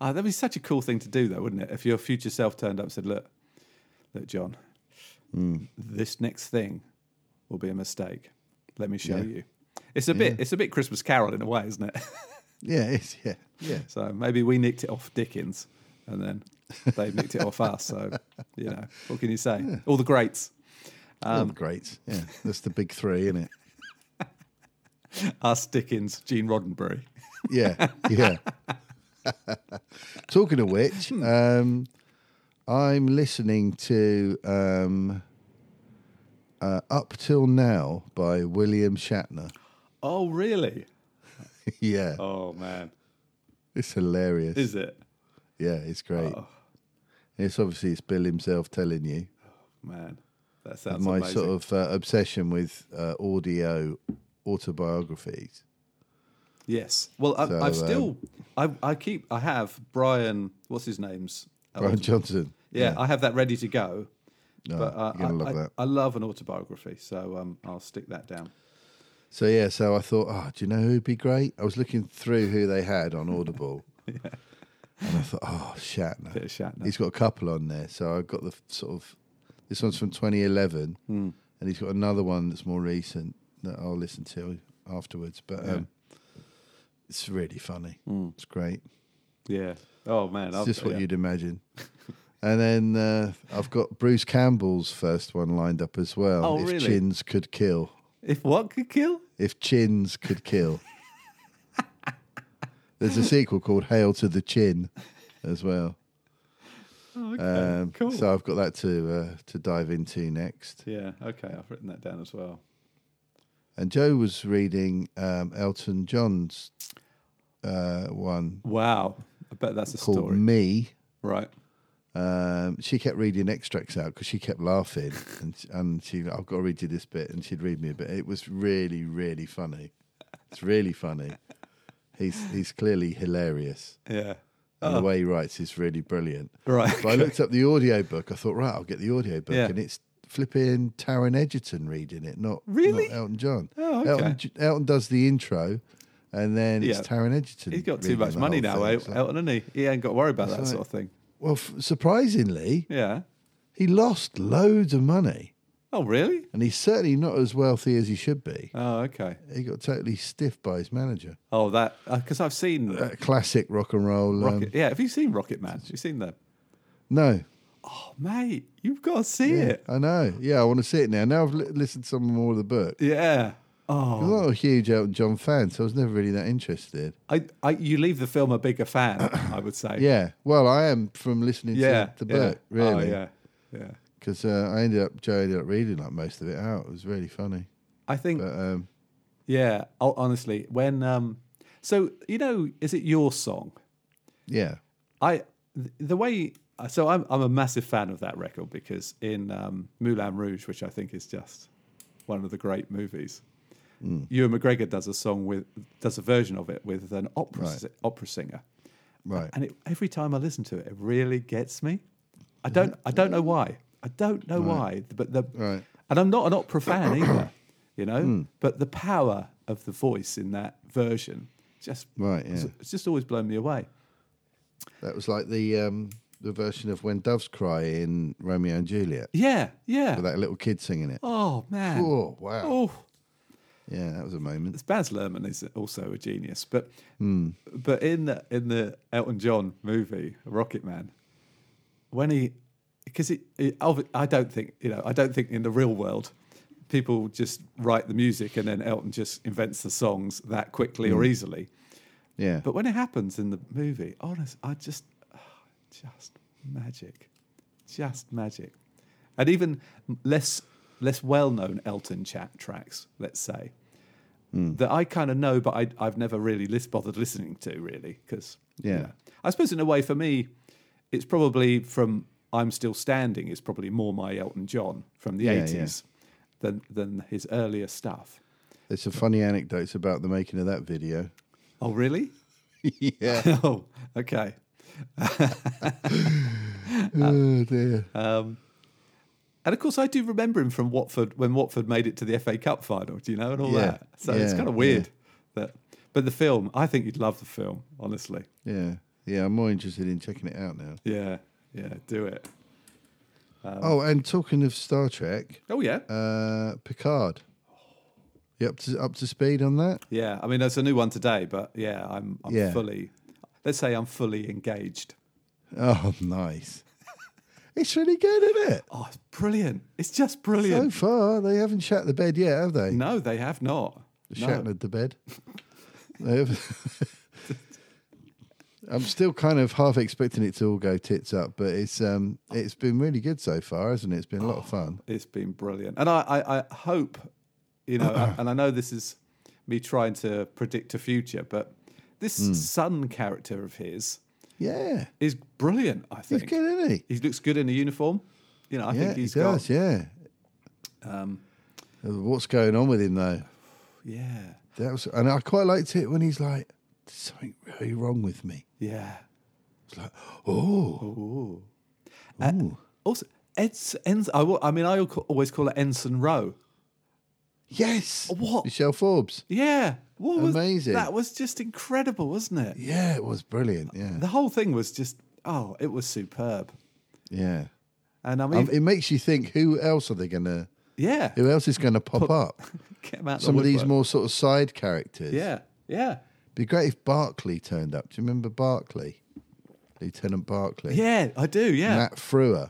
Speaker 4: Ah, that'd be such a cool thing to do, though, wouldn't it? If your future self turned up and said, "Look, look, John,
Speaker 2: Hmm.
Speaker 4: this next thing will be a mistake. Let me show
Speaker 2: Yeah.
Speaker 4: you." It's a bit, it's a bit Christmas Carol in a way, isn't it?
Speaker 2: Yeah, it's, yeah, yeah.
Speaker 4: so maybe we nicked it off Dickens, and then they nicked it off us. So you know, what can you say? All the greats, Um,
Speaker 2: All the greats. Yeah, that's the big three, isn't it?
Speaker 4: us, Dickens, Gene Roddenberry.
Speaker 2: Yeah, yeah. Talking of which,
Speaker 4: Hmm.
Speaker 2: um, I'm listening to um, uh, Up Till Now by William Shatner.
Speaker 4: Oh, really?
Speaker 2: yeah,
Speaker 4: Oh man,
Speaker 2: it's hilarious.
Speaker 4: is Oh. it?
Speaker 2: yeah, it's great. It's obviously it's Bill himself telling you.
Speaker 4: Man, that sounds
Speaker 2: my
Speaker 4: amazing.
Speaker 2: sort of uh, obsession with uh, audio autobiographies.
Speaker 4: yes. Well, I,
Speaker 2: So, um,
Speaker 4: I've still, I, I keep, I have Brian. What's his name's?
Speaker 2: Brian Johnson.
Speaker 4: Yeah, I have that ready to go.
Speaker 2: No,
Speaker 4: but uh,
Speaker 2: you're gonna
Speaker 4: I,
Speaker 2: love
Speaker 4: I-
Speaker 2: that.
Speaker 4: I love an autobiography, so um, I'll stick that down.
Speaker 2: So yeah, so I thought, oh, do you know who'd be great? I was looking through who they had on Audible, and I thought, oh, Shatner.
Speaker 4: Bit of Shatner.
Speaker 2: He's got a couple on there, so I've got the f- sort of this one's from 2011,
Speaker 4: Hmm.
Speaker 2: and he's got another one that's more recent that I'll listen to afterwards. But um, it's really funny.
Speaker 4: Hmm.
Speaker 2: It's great.
Speaker 4: Yeah. Oh man,
Speaker 2: It's
Speaker 4: I've,
Speaker 2: just what
Speaker 4: yeah.
Speaker 2: you'd imagine. and then uh, I've got Bruce Campbell's first one lined up as well.
Speaker 4: Oh,
Speaker 2: if
Speaker 4: really?
Speaker 2: chins could kill
Speaker 4: If what could kill?
Speaker 2: if chins could kill. There's a sequel called Hail to the Chin as well.
Speaker 4: Oh, Okay,
Speaker 2: Um,
Speaker 4: cool.
Speaker 2: So I've got that to uh, to dive into next.
Speaker 4: yeah. Okay, I've written that down as well.
Speaker 2: And Joe was reading um, Elton John's uh, one
Speaker 4: Wow. I bet that's a
Speaker 2: called
Speaker 4: story,
Speaker 2: Me,
Speaker 4: right?
Speaker 2: Um, she kept reading extracts out because she kept laughing, and and she I've got to read you this bit, and she'd read me a bit. It was really really funny. It's really funny. He's he's clearly hilarious,
Speaker 4: Yeah.
Speaker 2: and the way he writes is really brilliant.
Speaker 4: Oh. Right.
Speaker 2: But I looked up the audio book. I thought, right, I'll get the audio book,
Speaker 4: Yeah.
Speaker 2: and it's flipping Taron Egerton reading it, not
Speaker 4: Really?
Speaker 2: not Elton John.
Speaker 4: Oh, okay.
Speaker 2: Elton, J- Elton does the intro, and then it's
Speaker 4: Yeah.
Speaker 2: Taron Egerton.
Speaker 4: He's got too
Speaker 2: reading
Speaker 4: much
Speaker 2: the
Speaker 4: money
Speaker 2: whole
Speaker 4: now, eh?
Speaker 2: thing.
Speaker 4: El-
Speaker 2: It's like-
Speaker 4: Elton, hasn't he? He ain't got to worry about that
Speaker 2: right.
Speaker 4: sort of thing.
Speaker 2: well, f- surprisingly,
Speaker 4: Yeah.
Speaker 2: he lost loads of money,
Speaker 4: Oh, really?
Speaker 2: and he's certainly not as wealthy as he should be.
Speaker 4: Oh, okay.
Speaker 2: He got totally stiff by his manager.
Speaker 4: Oh, that because I've seen
Speaker 2: That classic rock and roll.
Speaker 4: Rocket.
Speaker 2: Um,
Speaker 4: yeah, have you seen Rocket Man? Have you seen that?
Speaker 2: no,
Speaker 4: Oh, mate, you've got to see
Speaker 2: yeah,
Speaker 4: it.
Speaker 2: I know. Yeah, I want to see it now. Now I've li- listened to some more of the book.
Speaker 4: Yeah. Oh,
Speaker 2: I'm not a huge Elton John fan, so I was never really that interested.
Speaker 4: I, I, you leave the film a bigger fan, I would say.
Speaker 2: Yeah, well, I am from listening
Speaker 4: Yeah.
Speaker 2: to the
Speaker 4: yeah.
Speaker 2: book, really.
Speaker 4: Oh, yeah. Yeah.
Speaker 2: Because uh, I ended up, Joe ended up reading like most of it out. It was really funny.
Speaker 4: I think.
Speaker 2: But um,
Speaker 4: Yeah. ho- Honestly, when um, so you know, is it your song?
Speaker 2: yeah,
Speaker 4: I th- the way so I'm I'm a massive fan of that record because in um, Moulin Rouge, which I think is just one of the great movies,
Speaker 2: Mm.
Speaker 4: Ewan McGregor does a song with does a version of it with an opera
Speaker 2: Right.
Speaker 4: si- opera singer,
Speaker 2: right.
Speaker 4: and it, every time I listen to it, it really gets me. I
Speaker 2: Mm-hmm.
Speaker 4: don't I don't know why I don't know why, but the
Speaker 2: Right. Mm.
Speaker 4: and I'm not an opera fan either, you know, but the power of the voice in that version just
Speaker 2: Right, yeah.
Speaker 4: it's just always blown me away.
Speaker 2: That was like the um, the version of When Doves Cry in Romeo and Juliet
Speaker 4: Yeah, yeah.
Speaker 2: with that little kid singing it.
Speaker 4: Oh man!
Speaker 2: Oh, wow.
Speaker 4: Oh,
Speaker 2: Yeah, that was a moment.
Speaker 4: Baz Luhrmann is also a genius, but but in the, in the Elton John movie Rocket Man, when he because it, it obvi- I don't think you know I don't think in the real world people just write the music and then Elton just invents the songs that quickly or easily.
Speaker 2: Yeah.
Speaker 4: But when it happens in the movie, honest, I just, ah, just magic, just magic, and even less less well known Elton chat tracks, let's say,
Speaker 2: Hmm.
Speaker 4: that I kind of know, but I, I've never really list, bothered listening to really because
Speaker 2: Yeah.
Speaker 4: I suppose in a way for me, it's probably from I'm Still Standing is probably more my Elton John from the
Speaker 2: Yeah, yeah.
Speaker 4: eighties than than his earlier stuff.
Speaker 2: There's some funny anecdotes about the making of that video.
Speaker 4: Oh really?
Speaker 2: yeah.
Speaker 4: oh okay.
Speaker 2: oh, dear.
Speaker 4: And of course, I do remember him from Watford when Watford made it to the FA Cup final. Do you know and all
Speaker 2: Yeah,
Speaker 4: that? So it's
Speaker 2: yeah,
Speaker 4: kind of weird that. But the film, I think you'd love the film, honestly.
Speaker 2: yeah. Yeah, I'm more interested in checking it out now.
Speaker 4: Yeah, yeah, do it. Um,
Speaker 2: oh, and talking of Star Trek,
Speaker 4: Oh yeah,
Speaker 2: uh, Picard. You up to up to speed on that?
Speaker 4: yeah. I mean, there's a new one today, but yeah, I'm, I'm
Speaker 2: Yeah.
Speaker 4: fully. Let's say I'm fully engaged.
Speaker 2: Oh, nice. it's really good, isn't it?
Speaker 4: Oh, it's brilliant! It's just
Speaker 2: So
Speaker 4: brilliant.
Speaker 2: far, they haven't shat the bed yet, have they?
Speaker 4: no, they have not. No.
Speaker 2: Shattered the bed. They have- I'm still kind of half expecting it to all go tits up, but it's um it's been really good so far, hasn't it? It's been a lot of fun.
Speaker 4: It's been brilliant, and I, I, I hope, you know, I- and I know this is me trying to predict a future, but this
Speaker 2: Hmm.
Speaker 4: son character of his
Speaker 2: Yeah,
Speaker 4: is brilliant. I
Speaker 2: he's
Speaker 4: think
Speaker 2: good, isn't he?
Speaker 4: he looks good in a uniform. You know, I
Speaker 2: yeah,
Speaker 4: think he's
Speaker 2: he does.
Speaker 4: got
Speaker 2: Yeah. Um, what's going on with him though?
Speaker 4: yeah,
Speaker 2: That was, and I quite liked it when he's like, "There's something really wrong with me."
Speaker 4: yeah.
Speaker 2: It's like, oh,
Speaker 4: Uh,
Speaker 2: Ooh.
Speaker 4: also, Ed's, Ens, I, will, I mean, I al- always call it Ensign Rowe.
Speaker 2: yes,
Speaker 4: What?
Speaker 2: Michelle Forbes.
Speaker 4: Yeah, what was,
Speaker 2: Amazing.
Speaker 4: That was just incredible, wasn't it?
Speaker 2: Yeah, it was brilliant. Yeah,
Speaker 4: The whole thing was just oh, it was superb.
Speaker 2: yeah.
Speaker 4: And I mean,
Speaker 2: Um, it makes you think: who else are they gonna?
Speaker 4: yeah,
Speaker 2: Who else is going to pop up?
Speaker 4: came out
Speaker 2: Some
Speaker 4: the
Speaker 2: of these
Speaker 4: woodwork.
Speaker 2: more sort of side characters.
Speaker 4: Yeah, yeah,
Speaker 2: be great if Barclay turned up. Do you remember Barclay, Lieutenant Barclay?
Speaker 4: yeah. I do. Yeah,
Speaker 2: Matt Frewer.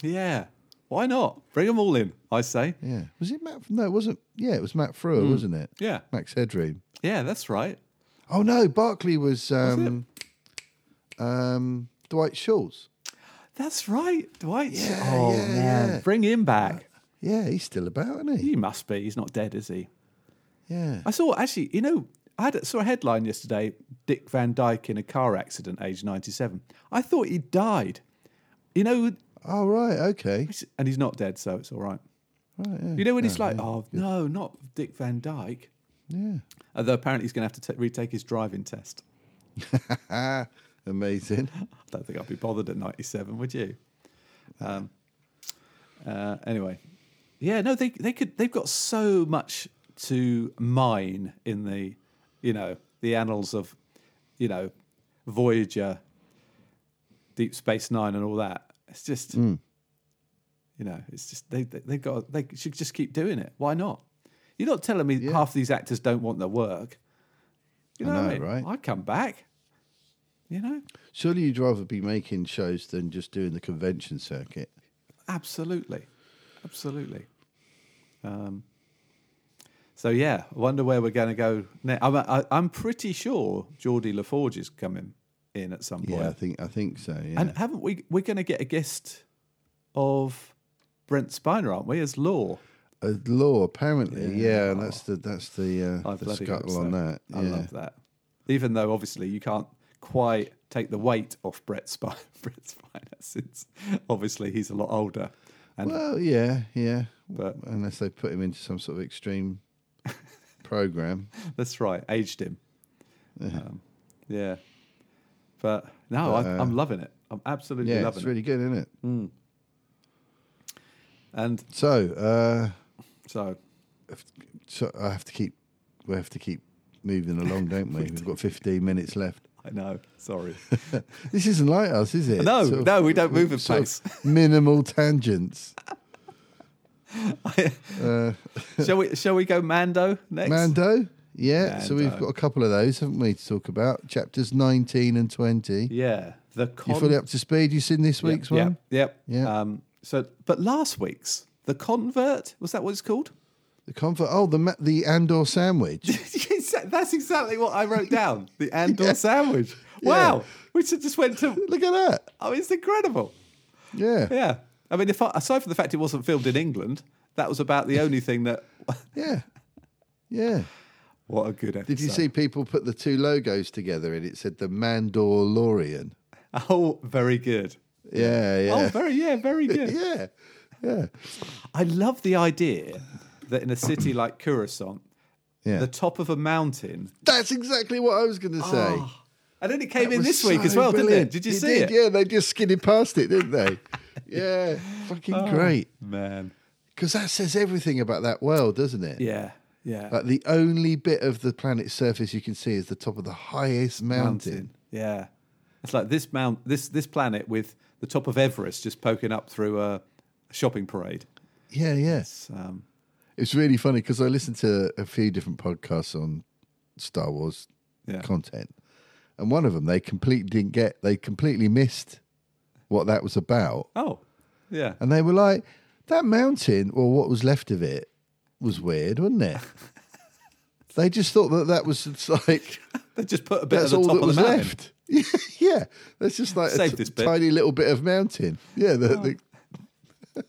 Speaker 4: yeah. Why not? Bring them all in. I say.
Speaker 2: Yeah. Was it Matt? No, it wasn't. Yeah, it was Matt Frewer, wasn't it?
Speaker 4: Mm. Yeah.
Speaker 2: Max Headroom.
Speaker 4: Yeah, that's right.
Speaker 2: Oh no, Barclay was um, um, Dwight Schultz.
Speaker 4: That's right, Dwight.
Speaker 2: Yeah,
Speaker 4: oh
Speaker 2: yeah,
Speaker 4: man,
Speaker 2: yeah. Uh,
Speaker 4: bring him back.
Speaker 2: Yeah, he's still about, isn't he?
Speaker 4: He must be. He's not dead, is he?
Speaker 2: Yeah.
Speaker 4: I saw actually. You know, I had, saw a headline yesterday: Dick Van Dyke in a car accident, age ninety-seven. I thought he died. You know,
Speaker 2: Oh right, okay.
Speaker 4: it's- and he's not dead, so it's all right.
Speaker 2: Right, yeah.
Speaker 4: You know when it's
Speaker 2: No,
Speaker 4: like,
Speaker 2: yeah,
Speaker 4: oh
Speaker 2: good.
Speaker 4: no, not Dick Van Dyke.
Speaker 2: yeah.
Speaker 4: Although apparently he's going to have to t- retake his driving test.
Speaker 2: Ah, amazing.
Speaker 4: I don't think I'd be bothered at 97, would you? Um, uh, anyway, yeah, no, they they could they've got so much to mine in the you know the annals of you know Voyager, Deep Space Nine, and all that. It's just you know, it's just they they they got they should just keep doing it. Why not? You're not telling me half these actors don't want their work. You
Speaker 2: I
Speaker 4: know, what I
Speaker 2: know,
Speaker 4: mean?
Speaker 2: right?
Speaker 4: I come back. You know,
Speaker 2: Surely you'd rather be making shows than just doing the convention circuit.
Speaker 4: Absolutely, absolutely. Um, so yeah, I wonder where we're going to go next. I'm, I, I'm pretty sure Geordie LaForge is coming in at some point.
Speaker 2: Yeah, I think I think so. Yeah.
Speaker 4: And haven't we? We're going to get a guest of Brent Spiner, aren't we? As Law.
Speaker 2: Uh, law, apparently, yeah. and that's the that's the uh,
Speaker 4: I
Speaker 2: the
Speaker 4: bloody hope
Speaker 2: scuttle on
Speaker 4: so.
Speaker 2: that.
Speaker 4: I
Speaker 2: yeah.
Speaker 4: love that. Even though obviously you can't quite take the weight off Brett Spiner, Brett Spiner since obviously he's a lot older. And
Speaker 2: Well, yeah, yeah.
Speaker 4: but
Speaker 2: Unless they put him into some sort of extreme program.
Speaker 4: That's right, aged him. Um, yeah, but no, I, I'm loving it. I'm absolutely
Speaker 2: uh, Yeah,
Speaker 4: loving Mm.
Speaker 2: it's really good, isn't it?
Speaker 4: it. And
Speaker 2: So, uh,
Speaker 4: so,
Speaker 2: so I have to keep. We have to keep moving along, don't we? We've got 15 minutes left.
Speaker 4: I know. Sorry.
Speaker 2: This isn't like us, is it?
Speaker 4: No,
Speaker 2: Sort of-
Speaker 4: no, we don't move at
Speaker 2: sort
Speaker 4: pace.
Speaker 2: of Minimal tangents.
Speaker 4: shall we? Shall we go Mando next?
Speaker 2: Mando. Yeah, so we've
Speaker 4: Mando.
Speaker 2: got a couple of those, haven't we, to talk about? Chapters 19 and 20.
Speaker 4: Yeah, the con-
Speaker 2: You fully up to speed? You seen this week's
Speaker 4: yep,
Speaker 2: one?
Speaker 4: Yep. yep.
Speaker 2: Yeah.
Speaker 4: Um, so, but last week's the convert was that what it's called?
Speaker 2: The comfort. Oh, the ma- the Andor sandwich.
Speaker 4: Exa- That's exactly what I wrote down. The Andor sandwich. Wow, we should just went to.
Speaker 2: Look at that.
Speaker 4: Oh, it's incredible.
Speaker 2: Yeah. yeah,
Speaker 4: Yeah. I mean, if I, aside from the fact it wasn't filmed in England, that was about the only thing that.
Speaker 2: yeah,
Speaker 4: What a good episode.
Speaker 2: Did you see people put the two logos together and it said the Mandalorian?
Speaker 4: Oh, very good.
Speaker 2: Yeah, yeah,
Speaker 4: Oh, very, yeah, very good.
Speaker 2: yeah, yeah,
Speaker 4: I love the idea that in a city like Coruscant,
Speaker 2: yeah.
Speaker 4: the top of a mountain.
Speaker 2: That's exactly what I was going to say.
Speaker 4: And then Oh, it came
Speaker 2: It
Speaker 4: in
Speaker 2: was
Speaker 4: this week
Speaker 2: so
Speaker 4: as well,
Speaker 2: brilliant.
Speaker 4: didn't it? Did you, see
Speaker 2: did,
Speaker 4: it?
Speaker 2: Yeah, they just skidded past it, didn't they? yeah, fucking
Speaker 4: Oh.
Speaker 2: great.
Speaker 4: Man.
Speaker 2: Because that says everything about that world, doesn't it?
Speaker 4: Yeah. Yeah.
Speaker 2: Like the only bit of the planet's surface you can see is the top of the highest mountain.
Speaker 4: Yeah. It's like this mount, this this planet with the top of Everest just poking up through a shopping parade.
Speaker 2: Yeah, yes.
Speaker 4: It's, um,
Speaker 2: It's really funny because I listen to a few different podcasts on Star Wars
Speaker 4: Yeah.
Speaker 2: content, and one of them they completely didn't get. They completely missed what that was about,
Speaker 4: oh, yeah.
Speaker 2: and they were like, "That mountain, or what was left of it, was weird, wasn't it?" they just thought that that was just like
Speaker 4: They just put a bit at
Speaker 2: that's
Speaker 4: the
Speaker 2: all
Speaker 4: top
Speaker 2: that
Speaker 4: of the
Speaker 2: was
Speaker 4: mountain.
Speaker 2: left. yeah, that's just like
Speaker 4: Save
Speaker 2: a t-
Speaker 4: this bit. Oh.
Speaker 2: tiny little bit of mountain. Yeah, the, the- I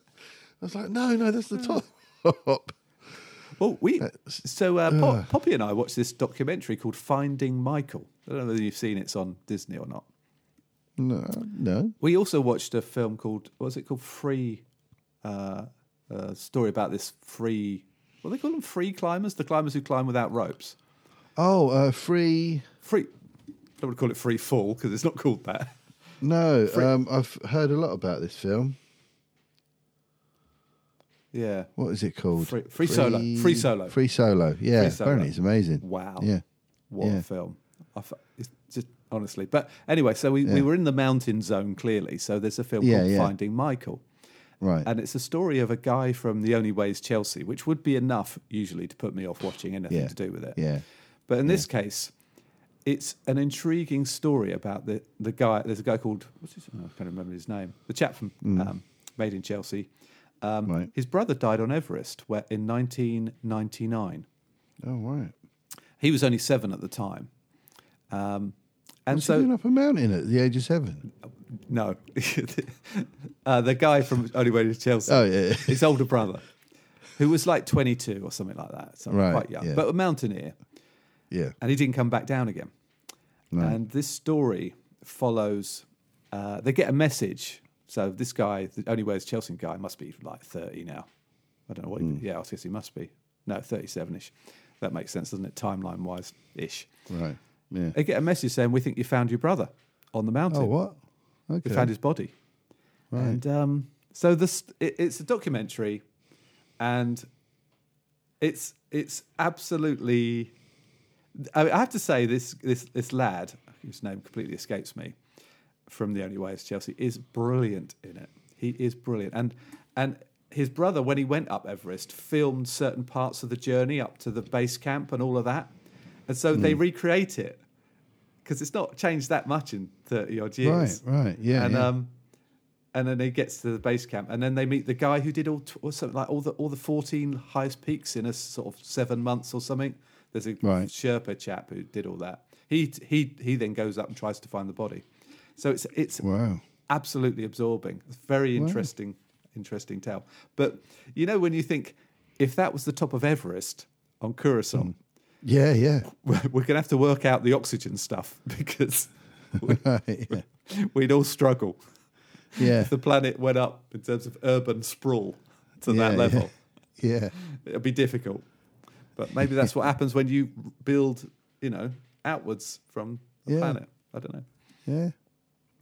Speaker 2: was like, "No, no, that's
Speaker 4: Oh.
Speaker 2: the top."
Speaker 4: Well, Oh, we so uh, Pop, Poppy and I watched this documentary called Finding Michael. I don't know whether you've seen it, it's on Disney or not.
Speaker 2: no, no.
Speaker 4: We also watched a film called what was it called Free uh, uh, story about this free what do they call them free climbers the climbers who climb without ropes
Speaker 2: Oh, uh, free.
Speaker 4: free I don't want to call it free fall because it's not called that.
Speaker 2: No, um, I've heard a lot about this film.
Speaker 4: Yeah.
Speaker 2: What is it called?
Speaker 4: Free- Free Solo. Free Solo.
Speaker 2: Free solo. Yeah,
Speaker 4: Free Solo.
Speaker 2: apparently it's amazing.
Speaker 4: Wow.
Speaker 2: Yeah,
Speaker 4: What
Speaker 2: Yeah.
Speaker 4: a film. I f- it's just honestly. But anyway, so we, we were in the mountain zone clearly. So there's a film
Speaker 2: Yeah,
Speaker 4: called
Speaker 2: yeah.
Speaker 4: Finding Michael.
Speaker 2: right.
Speaker 4: And it's a story of a guy from The Only Way is Chelsea, which would be enough usually to put me off watching anything
Speaker 2: Yeah.
Speaker 4: to do with it.
Speaker 2: yeah,
Speaker 4: But in this case, it's an intriguing story about the, the guy. There's a guy called, what's his, oh, I can't remember his name, the chap from
Speaker 2: Mm.
Speaker 4: um, Made in Chelsea. Um,
Speaker 2: Right.
Speaker 4: His brother died on Everest where, in 1999.
Speaker 2: Oh, right.
Speaker 4: He was only seven at the time. Um, and
Speaker 2: So
Speaker 4: so, Oh.
Speaker 2: doing up a mountain at the age of seven.
Speaker 4: no, uh, the guy from Only Way to Chelsea.
Speaker 2: Oh, yeah.
Speaker 4: his older brother, who was like 22 or something like that, so
Speaker 2: Right,
Speaker 4: quite young,
Speaker 2: yeah.
Speaker 4: but a mountaineer,
Speaker 2: Yeah.
Speaker 4: and he didn't come back down again. And this story follows. Uh, they get a message So this guy, the only wears Chelsea guy, must be like 30 now. I don't know what. he-
Speaker 2: Hmm.
Speaker 4: yeah, I guess he must be. No, 37 ish. That makes sense, doesn't it? Timeline wise ish.
Speaker 2: Right. Yeah.
Speaker 4: They get a message saying, "We think you found your brother on the mountain.
Speaker 2: Oh, what? Okay.
Speaker 4: We found his body." And um, so this it, it's a documentary, and it's it's absolutely. I, I have to say this this this lad whose name completely escapes me from the only way is Chelsea is brilliant in it. He is brilliant, and and his brother when he went up Everest filmed certain parts of the journey up to the base camp and all of that, and so
Speaker 2: Hmm.
Speaker 4: they recreate it because it's not changed that much in thirty odd years.
Speaker 2: Right, right, yeah,
Speaker 4: and
Speaker 2: yeah.
Speaker 4: um, and then he gets to the base camp, and then they meet the guy who did all t- or something like all the all the fourteen highest peaks in a sort of seven months or something. There's a
Speaker 2: Right.
Speaker 4: Sherpa chap who did all that. He he he then goes up and tries to find the body. So it's it's
Speaker 2: Wow.
Speaker 4: absolutely absorbing. It's very interesting, interesting tale. But you know when you think if that was the top of Everest on Curacao,
Speaker 2: Hmm. Yeah, yeah.
Speaker 4: we're going to have to work out the oxygen stuff because
Speaker 2: Right, yeah.
Speaker 4: we'd all struggle.
Speaker 2: Yeah.
Speaker 4: If the planet went up in terms of urban sprawl to that
Speaker 2: Yeah,
Speaker 4: level,
Speaker 2: yeah.
Speaker 4: it'd be difficult. But maybe that's what happens when you build, you know, outwards from the
Speaker 2: Yeah.
Speaker 4: planet. I don't know.
Speaker 2: Yeah.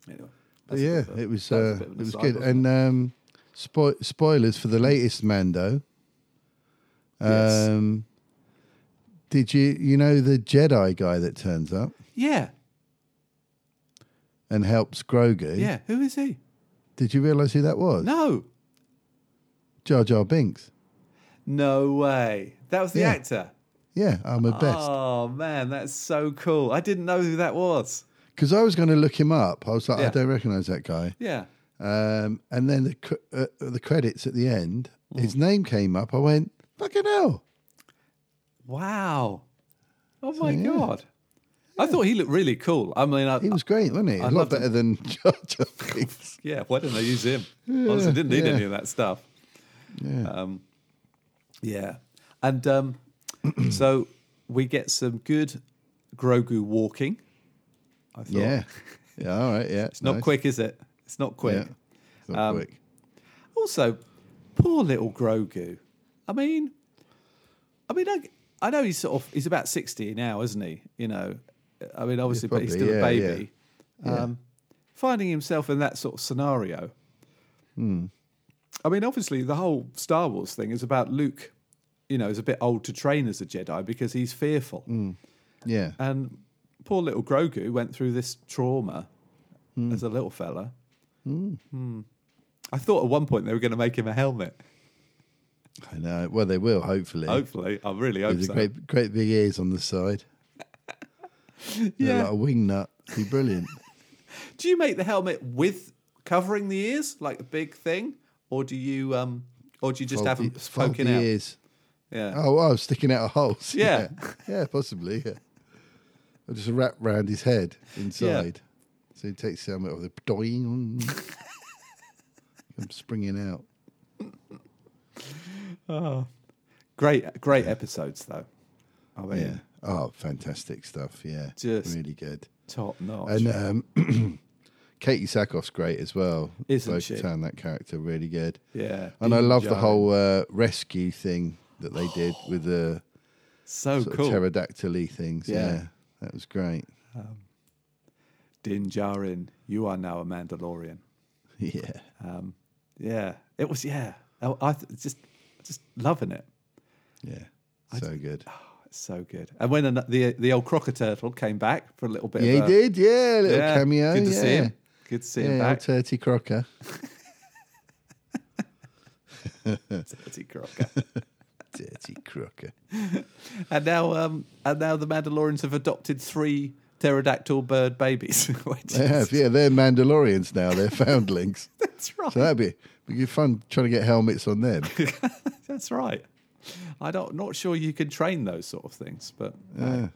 Speaker 4: Anyway.
Speaker 2: But
Speaker 4: that's a
Speaker 2: yeah,
Speaker 4: bit of a-
Speaker 2: it was
Speaker 4: that a
Speaker 2: uh,
Speaker 4: bit of
Speaker 2: it
Speaker 4: an
Speaker 2: was
Speaker 4: aside,
Speaker 2: good.
Speaker 4: wasn't it?
Speaker 2: And um, spo- spoilers for the latest Mando.
Speaker 4: Yes.
Speaker 2: Um, Did you you know the Jedi guy that turns up
Speaker 4: yeah,
Speaker 2: and helps Grogu?
Speaker 4: yeah. Who is he?
Speaker 2: Did you realise who that was?
Speaker 4: No,
Speaker 2: Jar Jar Binks.
Speaker 4: no way. That was the
Speaker 2: Yeah.
Speaker 4: actor.
Speaker 2: Yeah, I'm a best.
Speaker 4: Oh man, that's so cool. I didn't know who that was.
Speaker 2: Because I was going to look him up. I was like, I
Speaker 4: Yeah.
Speaker 2: don't recognise that guy.
Speaker 4: Yeah.
Speaker 2: Um, and then the cr- uh, the credits at the end,
Speaker 4: Mm.
Speaker 2: his name came up. I went, fucking hell.
Speaker 4: Wow. Oh my
Speaker 2: yeah.
Speaker 4: god. I thought he looked really cool. I mean, I,
Speaker 2: He was great, wasn't he? A
Speaker 4: I
Speaker 2: lot
Speaker 4: loved him.
Speaker 2: better than Jar Jar Binks.
Speaker 4: yeah. Why didn't they use him? Honestly, didn't need
Speaker 2: yeah.
Speaker 4: any of that stuff.
Speaker 2: Yeah.
Speaker 4: Um, yeah. And um, so we get some good Grogu walking. I thought.
Speaker 2: yeah. Yeah, all right, yeah.
Speaker 4: It's not
Speaker 2: nice.
Speaker 4: quick, is it? It's not quick.
Speaker 2: Yeah. It's not
Speaker 4: Um,
Speaker 2: quick.
Speaker 4: Also, poor little Grogu. I mean, I mean, I, I know he's sort of he's about sixty now, isn't he? You know, I mean, obviously, but he's
Speaker 2: probably,
Speaker 4: still a
Speaker 2: yeah,
Speaker 4: baby. Um, finding himself in that sort of scenario.
Speaker 2: Hmm.
Speaker 4: I mean, obviously, the whole Star Wars thing is about Luke. You know, is a bit old to train as a Jedi because he's fearful.
Speaker 2: Yeah.
Speaker 4: And poor little Grogu went through this trauma as a little fella. Hmm. I thought at one point they were going to make him a helmet.
Speaker 2: I know. Well, they will, hopefully.
Speaker 4: Hopefully, I really hope
Speaker 2: With the
Speaker 4: so.
Speaker 2: great, great big ears on the side. They're
Speaker 4: yeah.
Speaker 2: Like a wing nut. Be brilliant.
Speaker 4: Do you make the helmet with covering the ears, like a big thing, or do you um, or do you just
Speaker 2: Fold
Speaker 4: have them
Speaker 2: the- fold
Speaker 4: poking
Speaker 2: the
Speaker 4: out?
Speaker 2: ears.
Speaker 4: Yeah.
Speaker 2: Oh, wow, sticking out of holes.
Speaker 4: Yeah.
Speaker 2: Yeah, Yeah, possibly. Yeah. Or just wrap round his head inside. So he takes the helmet off the doing. I'm springing out.
Speaker 4: Great, great episodes though. I mean,
Speaker 2: Yeah. Oh, fantastic stuff. Yeah.
Speaker 4: Just-
Speaker 2: really good.
Speaker 4: top notch.
Speaker 2: And um, Katie Sackhoff's great as well.
Speaker 4: Isn't
Speaker 2: Both
Speaker 4: she?
Speaker 2: Found that character really good.
Speaker 4: yeah,
Speaker 2: And I
Speaker 4: Dean
Speaker 2: love the
Speaker 4: Jarvin.
Speaker 2: whole uh, rescue thing that they did with the
Speaker 4: so
Speaker 2: sort
Speaker 4: Oh, cool.
Speaker 2: of pterodactyl things. Yeah.
Speaker 4: Yeah.
Speaker 2: That was great.
Speaker 4: Din Djarin, you are now a Mandalorian.
Speaker 2: Yeah.
Speaker 4: Yeah, it was. Yeah, I, I th- just just loving it.
Speaker 2: Yeah. So good.
Speaker 4: It's so good. And when an- the the old crocker turtle came back for a little bit,
Speaker 2: Yeah, he
Speaker 4: of a,
Speaker 2: did. Yeah. Little
Speaker 4: yeah,
Speaker 2: cameo.
Speaker 4: Good to
Speaker 2: yeah.
Speaker 4: see him. Good to see
Speaker 2: Yeah,
Speaker 4: him
Speaker 2: old
Speaker 4: back.
Speaker 2: Turty Crocker.
Speaker 4: Dirty crocker.
Speaker 2: Dirty Crocker.
Speaker 4: and now, um, and now the Mandalorians have adopted three pterodactyl bird babies. which
Speaker 2: They have,
Speaker 4: is-
Speaker 2: yeah, they're Mandalorians now. They're foundlings.
Speaker 4: That's right.
Speaker 2: So that'd be, it'd be fun trying to get helmets on them.
Speaker 4: That's right. I don't not sure you can train those sort of things, but uh,
Speaker 2: Yeah.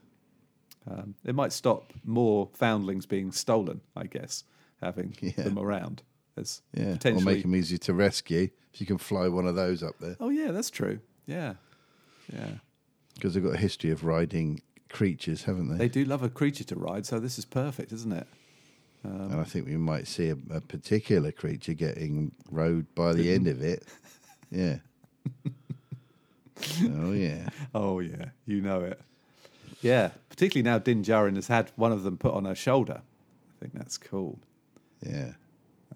Speaker 4: um, it might stop more foundlings being stolen. I guess having
Speaker 2: Yeah.
Speaker 4: them around as
Speaker 2: Yeah, or
Speaker 4: potentially
Speaker 2: make them easy to rescue. If you can fly one of those up there,
Speaker 4: Oh yeah, that's true. Yeah, yeah.
Speaker 2: because they've got a history of riding creatures, haven't they?
Speaker 4: They do love a creature to ride, so this is perfect, isn't it?
Speaker 2: and I think we might see a, a particular creature getting rode by the end of it. Yeah. oh yeah.
Speaker 4: Oh yeah, you know it. Yeah, particularly now Din Djarin has had one of them put on her shoulder. I think that's cool.
Speaker 2: Yeah.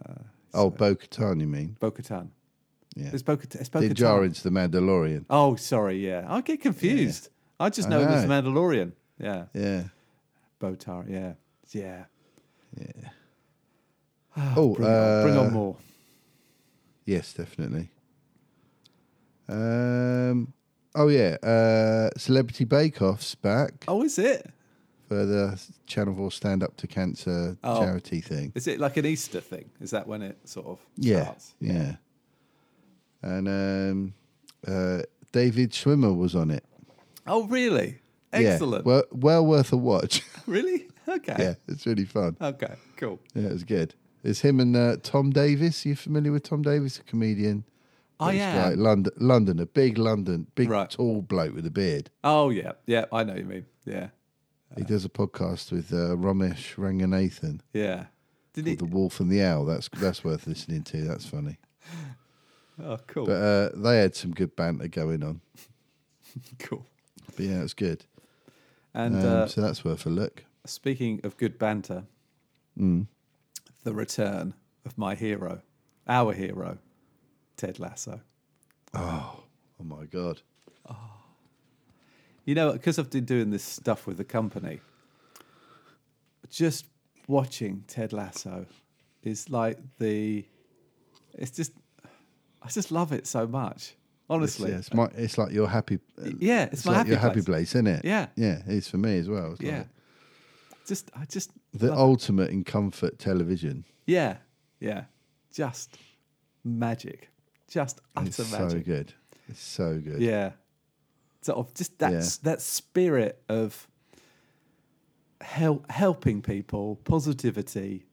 Speaker 4: Uh,
Speaker 2: oh, Bo Katan, you mean?
Speaker 4: Bo-Katan.
Speaker 2: Yeah.
Speaker 4: It's Bo-Katan. It's
Speaker 2: Din
Speaker 4: Bo-Katan.
Speaker 2: Djarin's the Mandalorian.
Speaker 4: Oh, sorry. Yeah, I get confused. I just
Speaker 2: I
Speaker 4: know, him as
Speaker 2: know.
Speaker 4: Mandalorian. Yeah,
Speaker 2: Yeah.
Speaker 4: Botar. Yeah, yeah.
Speaker 2: Oh,
Speaker 4: Ah, Bring, on, bring
Speaker 2: uh,
Speaker 4: on more.
Speaker 2: Yes, definitely. Um. Oh yeah. Uh, Celebrity Bake Off's back
Speaker 4: Oh, is it?
Speaker 2: for the Channel Four Stand Up to Cancer
Speaker 4: Oh.
Speaker 2: charity thing.
Speaker 4: Is it like an Easter thing? Is that when it sort of
Speaker 2: Yeah.
Speaker 4: starts?
Speaker 2: Yeah. And um, uh, David Schwimmer was on it.
Speaker 4: Oh, really?
Speaker 2: Yeah.
Speaker 4: Excellent.
Speaker 2: Well, well worth a watch.
Speaker 4: really? Okay.
Speaker 2: yeah, it's really fun.
Speaker 4: Okay. Cool.
Speaker 2: Yeah, it was good. It's him and uh, Tom Davis. You familiar with Tom Davis, a comedian?
Speaker 4: I
Speaker 2: He's
Speaker 4: am.
Speaker 2: Like London, London, a big London, big
Speaker 4: Right.
Speaker 2: tall bloke with a beard.
Speaker 4: Oh, yeah. Yeah, I know what you mean. Yeah.
Speaker 2: He does a podcast with uh, Ramesh Ranganathan,
Speaker 4: Yeah. Did he?
Speaker 2: The Wolf and the Owl. That's that's worth listening to. That's funny.
Speaker 4: Oh, cool.
Speaker 2: But uh, they had some good banter going on.
Speaker 4: cool.
Speaker 2: But yeah, it's good.
Speaker 4: And
Speaker 2: um,
Speaker 4: uh,
Speaker 2: so that's worth a look.
Speaker 4: speaking of good banter,
Speaker 2: Mm.
Speaker 4: the return of my hero, our hero, Ted Lasso.
Speaker 2: Oh my god.
Speaker 4: You know, because I've been doing this stuff with the company, just watching Ted Lasso is like the. It's just, I just love it so much.
Speaker 2: It's,
Speaker 4: Honestly,
Speaker 2: yeah, it's my. It's like your happy.
Speaker 4: Yeah, it's my
Speaker 2: like
Speaker 4: happy
Speaker 2: your happy
Speaker 4: place.
Speaker 2: place, isn't it?
Speaker 4: Yeah.
Speaker 2: Yeah, it's for me as well. It's like
Speaker 4: yeah. Just, I just,
Speaker 2: the ultimate in comfort television.
Speaker 4: yeah, yeah, just magic, just utter
Speaker 2: It's so
Speaker 4: magic.
Speaker 2: good. It's so good.
Speaker 4: Yeah. Sort of just that
Speaker 2: Yeah.
Speaker 4: that spirit of help helping people, positivity,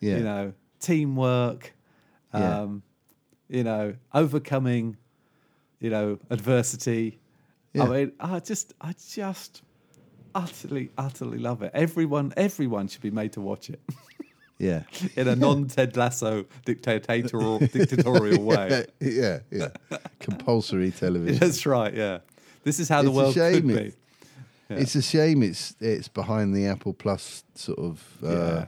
Speaker 2: Yeah.
Speaker 4: you know, teamwork,
Speaker 2: Yeah.
Speaker 4: um, you know, overcoming, you know, adversity.
Speaker 2: Yeah.
Speaker 4: I mean, I just I just utterly, utterly love it. Everyone everyone should be made to watch it
Speaker 2: Yeah.
Speaker 4: in a non Ted Lasso dictatorial dictatorial way.
Speaker 2: yeah. Yeah. Compulsory television.
Speaker 4: That's right, yeah. This is how the
Speaker 2: It's a
Speaker 4: world
Speaker 2: shame
Speaker 4: could be.
Speaker 2: it- It's a shame it's it's behind the Apple Plus sort of uh,
Speaker 4: Yeah.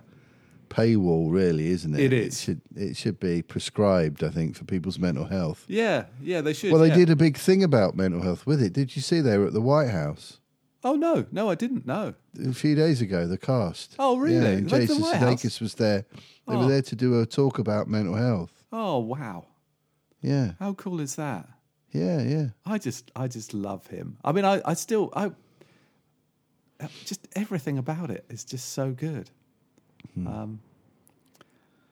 Speaker 2: paywall, really, isn't it?
Speaker 4: It is.
Speaker 2: It should it should be prescribed, I think, for people's mental health.
Speaker 4: Yeah, yeah, they should.
Speaker 2: Well, they
Speaker 4: yeah.
Speaker 2: did a big thing about mental health with it. Did you see they were at the White House
Speaker 4: Oh no, no, I didn't. No.
Speaker 2: a few days ago? The cast.
Speaker 4: Oh, really?
Speaker 2: Yeah,
Speaker 4: They
Speaker 2: and
Speaker 4: went to the
Speaker 2: Jason
Speaker 4: White House?
Speaker 2: Sudeikis was there. They
Speaker 4: Oh.
Speaker 2: were there to do a talk about mental health.
Speaker 4: Oh wow,
Speaker 2: Yeah,
Speaker 4: how cool is that?
Speaker 2: yeah, yeah.
Speaker 4: I just, I just love him. I mean, I, I still, I, uh, just everything about it is just so good. Um,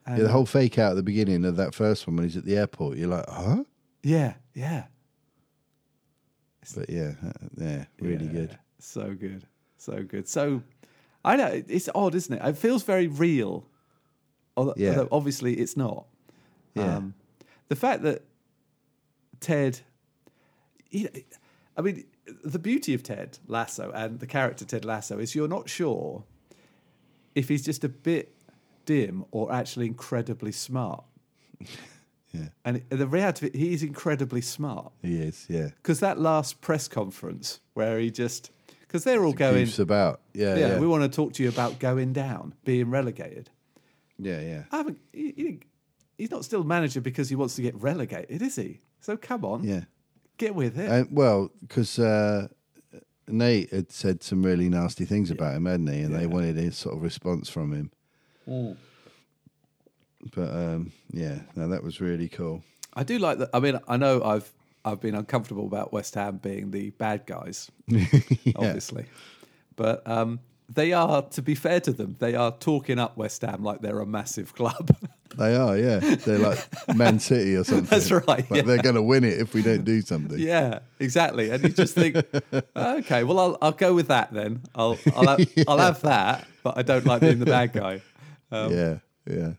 Speaker 4: and-
Speaker 2: Yeah, the whole fake out at the beginning of that first one when he's at the airport, you're like, huh?
Speaker 4: yeah, yeah,
Speaker 2: But yeah, uh, yeah, really
Speaker 4: Yeah.
Speaker 2: good.
Speaker 4: so good, so good, so. I know it- it's odd, isn't it? It feels very real, although,
Speaker 2: Yeah.
Speaker 4: although obviously it's not.
Speaker 2: Yeah.
Speaker 4: Um, the fact that Ted, you know, I mean, the beauty of Ted Lasso and the character Ted Lasso is you're not sure if he's just a bit dim or actually incredibly smart.
Speaker 2: Yeah.
Speaker 4: And the reality of it, he's incredibly smart
Speaker 2: He is, yeah.
Speaker 4: because that last press conference where he just because they're all going,
Speaker 2: Goofs about. Yeah,
Speaker 4: yeah,
Speaker 2: yeah.
Speaker 4: we want to talk to you about going down, being relegated.
Speaker 2: yeah, yeah.
Speaker 4: I haven't. He, he, he's not still manager because he wants to get relegated, is he? So come on,
Speaker 2: Yeah.
Speaker 4: get with it.
Speaker 2: And, well, because uh, Nate had said some really nasty things about him, hadn't he? And they wanted a sort of response from him.
Speaker 4: Mm.
Speaker 2: But um, yeah, no, that was really cool.
Speaker 4: I do like that. I mean, I know I've I've been uncomfortable about West Ham being the bad guys, obviously, but um, they are. To be fair to them, they are talking up West Ham like they're a massive club.
Speaker 2: They are, yeah. They're like Man City or something.
Speaker 4: That's right,
Speaker 2: Like
Speaker 4: yeah.
Speaker 2: they're going to win it if we don't do something.
Speaker 4: yeah, exactly. And you just think, okay, well, I'll I'll go with that then. I'll I'll have, I'll have that, but I don't like being the bad guy.
Speaker 2: yeah, yeah.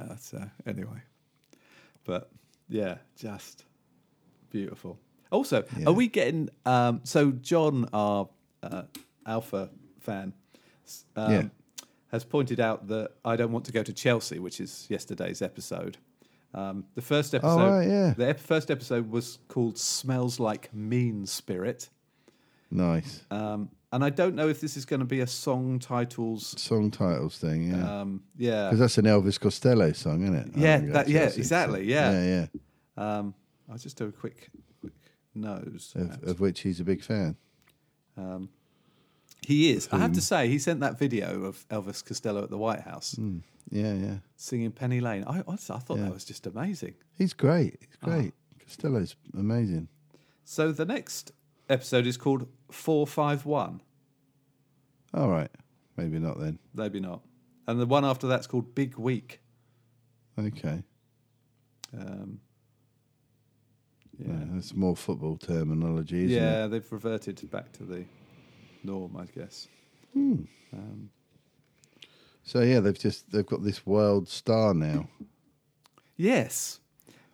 Speaker 4: Uh, so anyway, but yeah, just beautiful. Also, are we getting? Um, so John, our uh, Alpha fan, s- um,
Speaker 2: Yeah.
Speaker 4: has pointed out that I don't want to go to Chelsea, which is yesterday's episode. Um, the first episode,
Speaker 2: Oh, right, yeah.
Speaker 4: the ep- first episode was called "Smells Like Mean Spirit,"
Speaker 2: Nice
Speaker 4: um, and I don't know if this is going to be a song titles.
Speaker 2: song titles thing. Yeah.
Speaker 4: Um, yeah,
Speaker 2: Because that's an Elvis Costello song, isn't it? I
Speaker 4: Yeah,
Speaker 2: haven't got
Speaker 4: that- yeah,
Speaker 2: Chelsea, so-
Speaker 4: exactly, yeah.
Speaker 2: yeah,
Speaker 4: um, I'll just do a quick, quick nose.
Speaker 2: yeah. Of, of which he's a big fan.
Speaker 4: He is. I have to say, he sent that video of Elvis Costello at the White House
Speaker 2: Hmm. Yeah, yeah.
Speaker 4: singing Penny Lane. I honestly, I thought that was just amazing.
Speaker 2: He's great. He's
Speaker 4: Oh.
Speaker 2: great. Costello's amazing.
Speaker 4: So the next episode is called Four Five One.
Speaker 2: All right, maybe not then.
Speaker 4: Maybe not. And the one after that's called Big Week.
Speaker 2: Okay,
Speaker 4: Um,
Speaker 2: yeah. that's more football terminology. Isn't It?
Speaker 4: yeah, they've reverted back to the norm, I guess.
Speaker 2: So yeah, they've just they've got this world star now.
Speaker 4: Yes.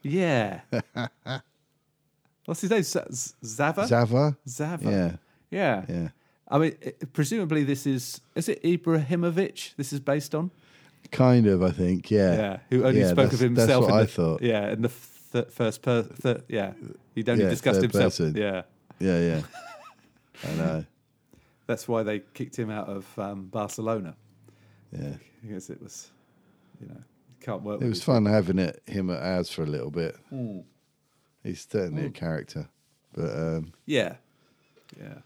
Speaker 4: Yeah. What's his name? Z- Z- Zava.
Speaker 2: Zava.
Speaker 4: Zava.
Speaker 2: Yeah,
Speaker 4: Yeah.
Speaker 2: yeah.
Speaker 4: I mean, it- presumably this is is it Ibrahimovic? This is based on.
Speaker 2: Kind of, I think. Yeah.
Speaker 4: Who only
Speaker 2: Yeah,
Speaker 4: spoke of
Speaker 2: that's- That's
Speaker 4: himself.
Speaker 2: what
Speaker 4: in the,
Speaker 2: I thought. Yeah,
Speaker 4: Yeah, in the th- first per. Th- yeah. He only
Speaker 2: Yeah,
Speaker 4: discussed
Speaker 2: third
Speaker 4: himself.
Speaker 2: person.
Speaker 4: Yeah.
Speaker 2: yeah. I know.
Speaker 4: That's why they kicked him out of um, Barcelona
Speaker 2: Yeah.
Speaker 4: because it was, you know, you can't work.
Speaker 2: It
Speaker 4: with
Speaker 2: was
Speaker 4: it.
Speaker 2: fun having it him at ours for a little bit.
Speaker 4: Hmm.
Speaker 2: He's certainly a character, but um,
Speaker 4: Yeah. Yeah.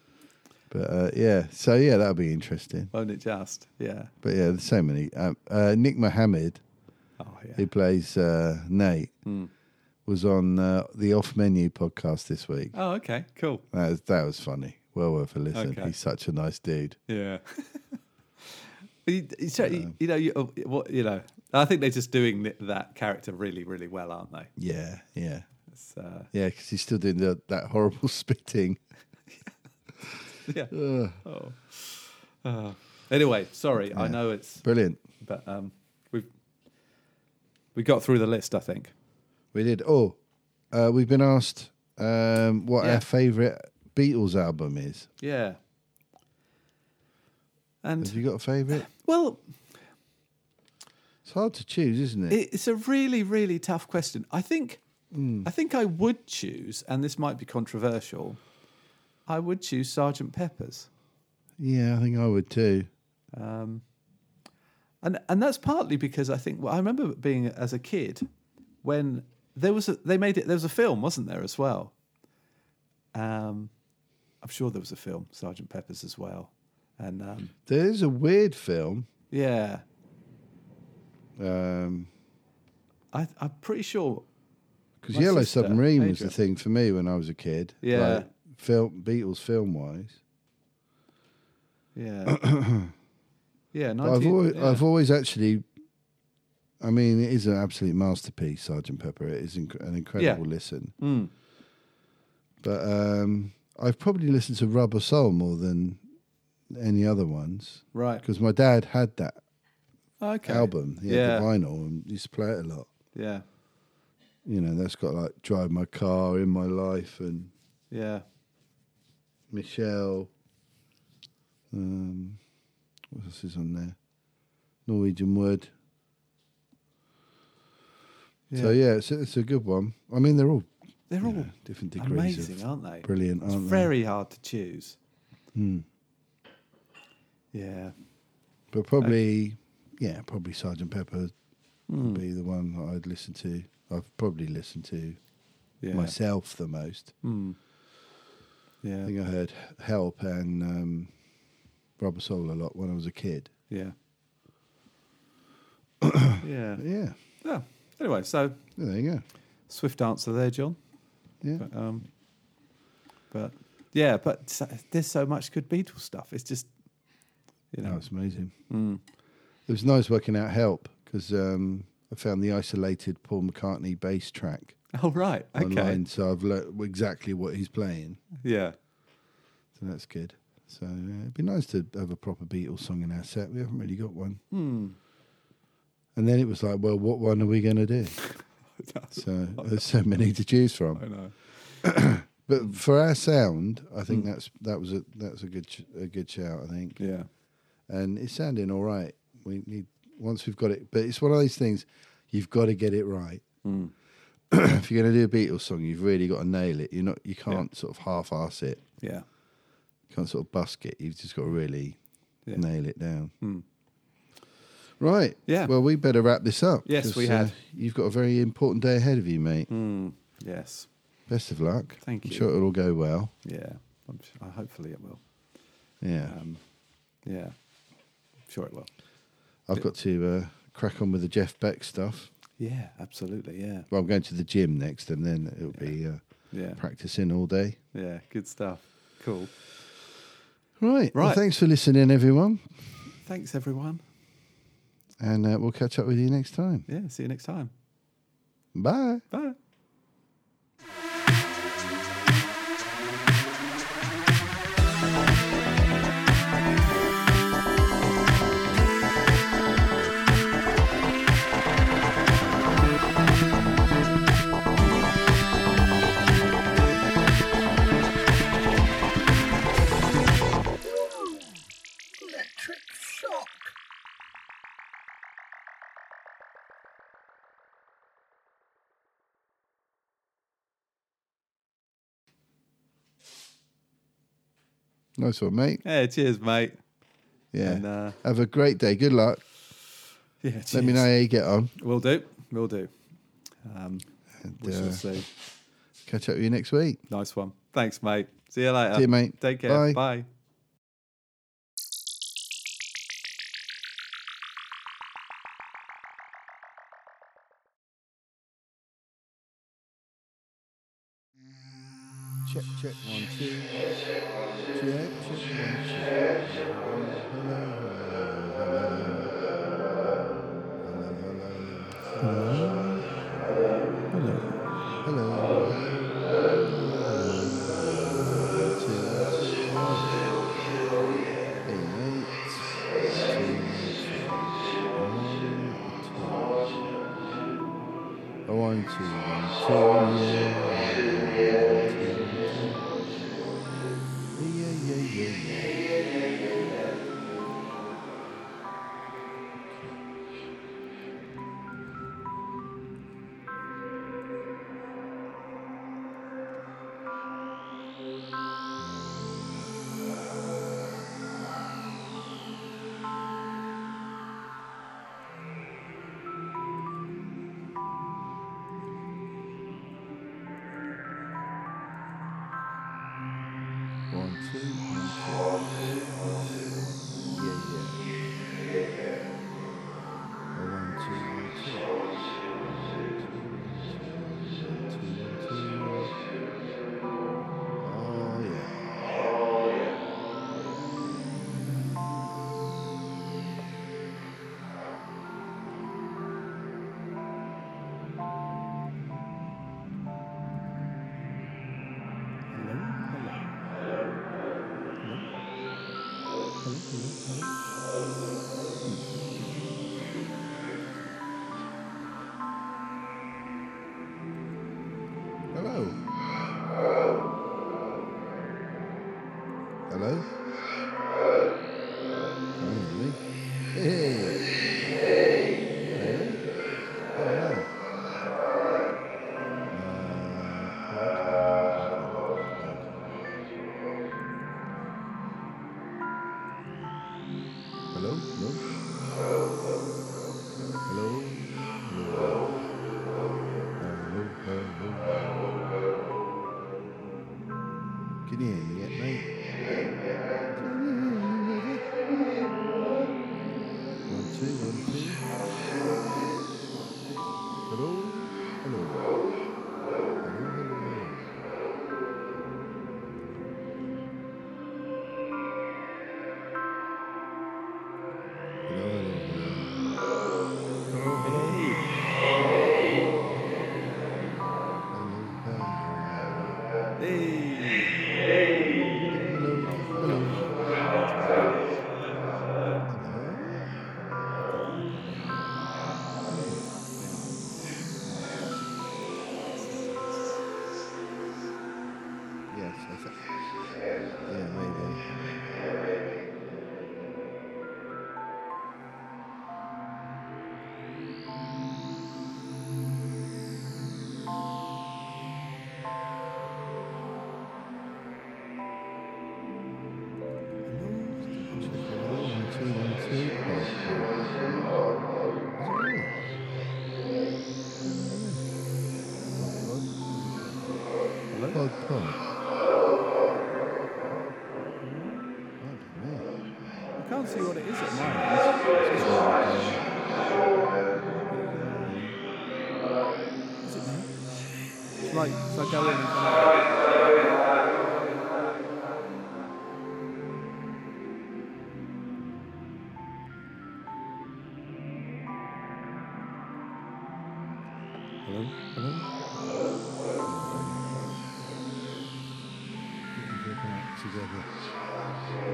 Speaker 2: but uh, yeah, so yeah, that'll be interesting.
Speaker 4: Won't it just? Yeah.
Speaker 2: But yeah, there's so many. Um, uh, Nick Mohammed,
Speaker 4: Oh yeah. Hmm.
Speaker 2: who plays uh, Nate, was on uh, the Off Menu podcast this week.
Speaker 4: Oh okay. Cool.
Speaker 2: That was, that was funny. Well worth a listen.
Speaker 4: Okay.
Speaker 2: He's such a nice dude.
Speaker 4: Yeah. But you, you, so- you- you know, you, oh, what, you know, I think they're just doing th- that character really, really well, aren't they?
Speaker 2: Yeah, yeah,
Speaker 4: It's, uh,
Speaker 2: yeah. Because he's still doing the, that horrible spitting.
Speaker 4: yeah. Oh. Oh. Anyway, sorry. I know it's,
Speaker 2: Brilliant.
Speaker 4: but um, we've we got through the list. I think.
Speaker 2: We did. Oh, uh, we've been asked um, what
Speaker 4: Yeah.
Speaker 2: our favourite Beatles album is.
Speaker 4: Yeah.
Speaker 2: Have
Speaker 4: And
Speaker 2: you got a favourite?
Speaker 4: well,
Speaker 2: It's hard to choose, isn't it?
Speaker 4: it- it's a really, really tough question. I think, I think I would choose, and this might be controversial. I would choose Sergeant Pepper's.
Speaker 2: Yeah, I think I would too.
Speaker 4: and and that's partly because I think well, I remember being as a kid when there was a, they made it there was a film wasn't there as well. Um, I'm sure there was a film Sergeant Pepper's as well, and um,
Speaker 2: There is a weird film.
Speaker 4: yeah,
Speaker 2: Um
Speaker 4: I, I'm pretty sure.
Speaker 2: 'cause
Speaker 4: My
Speaker 2: because Yellow
Speaker 4: sister,
Speaker 2: Submarine was the
Speaker 4: Adrian.
Speaker 2: thing for me when I was a kid.
Speaker 4: Yeah.
Speaker 2: like, film Beatles film wise.
Speaker 4: Yeah, yeah, 19,
Speaker 2: But I've always,
Speaker 4: yeah.
Speaker 2: I've always actually. I mean, it is an absolute masterpiece, Sergeant Pepper. It is inc- an incredible listen.
Speaker 4: Mm.
Speaker 2: But um, I've probably listened to Rubber Soul more than any other ones
Speaker 4: right.
Speaker 2: because my dad had that
Speaker 4: Okay.
Speaker 2: album. He
Speaker 4: Yeah.
Speaker 2: had the vinyl and he used to play it a lot.
Speaker 4: Yeah,
Speaker 2: You know, that's got like Drive My Car, In My Life, and
Speaker 4: yeah,
Speaker 2: Michelle. Um, what else is on there? Norwegian Wood. So yeah, it's a, it's a good one. I mean, they're all
Speaker 4: they're
Speaker 2: you
Speaker 4: all
Speaker 2: know, different degrees
Speaker 4: amazing,
Speaker 2: of
Speaker 4: aren't they?
Speaker 2: brilliant,
Speaker 4: It's
Speaker 2: aren't they? Hmm.
Speaker 4: very hard to choose. Yeah.
Speaker 2: But probably, yeah, probably Sergeant Pepper
Speaker 4: Hmm.
Speaker 2: would be the one that I'd listen to. I've probably listened to
Speaker 4: Yeah.
Speaker 2: myself the most. I
Speaker 4: Yeah.
Speaker 2: think I heard Help and um, Rubber Soul a lot when I was a kid.
Speaker 4: Yeah. yeah.
Speaker 2: But yeah,
Speaker 4: Yeah. Anyway, so
Speaker 2: there you go.
Speaker 4: swift answer there, John.
Speaker 2: Yeah,
Speaker 4: But, um, but yeah, but so- there's so much good Beatles stuff. It's just, you
Speaker 2: that
Speaker 4: know, mm.
Speaker 2: was amazing. It was nice working out Help because um, I found the isolated Paul McCartney bass track
Speaker 4: oh right, okay,
Speaker 2: online, so I've learned exactly what he's playing.
Speaker 4: yeah,
Speaker 2: So that's good. So uh, it'd be nice to have a proper Beatles song in our set. We haven't really got one.
Speaker 4: Hmm.
Speaker 2: And then it was like, well, what one are we going to do? so there's so many to choose from.
Speaker 4: I know,
Speaker 2: But for our sound, I think
Speaker 4: Mm.
Speaker 2: that's that was a that's a good ch- a good shout. I think,
Speaker 4: yeah,
Speaker 2: and it's sounding all right We need once we've got it, but it's one of those things you've got to get it right.
Speaker 4: Mm.
Speaker 2: if you're going to do a Beatles song, you've really got to nail it. You're not, you can't sort of half-ass it.
Speaker 4: Yeah.
Speaker 2: You can't sort of busk it. You've just got to really
Speaker 4: Yeah. Hmm.
Speaker 2: nail it down. Right.
Speaker 4: Yeah.
Speaker 2: Well, we better wrap this up.
Speaker 4: Yes,
Speaker 2: 'cause, uh,
Speaker 4: we have.
Speaker 2: you've got a very important day ahead of you, mate.
Speaker 4: Hmm. Yes.
Speaker 2: Best of luck.
Speaker 4: Thank
Speaker 2: I'm
Speaker 4: you.
Speaker 2: sure it'll all go well.
Speaker 4: Yeah. I'm, s- uh, hopefully it will.
Speaker 2: Yeah.
Speaker 4: Um, yeah. Sure it will.
Speaker 2: I've got to uh, crack on with the Jeff Beck stuff.
Speaker 4: Yeah. Absolutely. Yeah.
Speaker 2: Well, I'm going to the gym next, and then it'll be uh,
Speaker 4: Yeah.
Speaker 2: practicing all day.
Speaker 4: Yeah. Good stuff. Cool.
Speaker 2: Right. Well,
Speaker 4: Right.
Speaker 2: thanks for listening, everyone,
Speaker 4: Thanks, everyone.
Speaker 2: and uh, we'll catch up with you next time.
Speaker 4: Yeah. See you next time.
Speaker 2: Bye.
Speaker 4: Bye.
Speaker 1: Electric shock.
Speaker 2: Nice one, mate.
Speaker 4: Yeah. Cheers, mate.
Speaker 2: Yeah.
Speaker 4: And, uh,
Speaker 2: Have a great day. Good luck.
Speaker 4: yeah. Cheers.
Speaker 2: Let me know how you get on.
Speaker 4: We'll do. We'll do. Um, we
Speaker 2: uh,
Speaker 4: shall see.
Speaker 2: Catch up with you next week.
Speaker 4: Nice one. Thanks, mate. See you later.
Speaker 2: See you, mate.
Speaker 4: Uh, Take care.
Speaker 2: Bye.
Speaker 4: Bye.
Speaker 2: Check, check, one, two. Check, check, one, two. Hello, hello, hello. Hello, hello. Hello. Hello. Hello. Two, one, two, one, two, yeah. Yeah, yeah, yeah, yeah. One, two, one, two. Yeah, yeah. Oh, one, two, one, two. One, two, one, two. Oh, yeah. Hello. Hello. Hello. me. Hey. Uh, Hello? No? Hello? Hello? Hello? Hello? Can you hear me yet, mate? One, two, one, two. Hello? Hello? Hello? Hello? Hello? Hello, hello, hello. Hello, hello.
Speaker 4: can't see what it is at mine. Is it now? It's like if I go in and come out. Hello? Hello?
Speaker 2: together.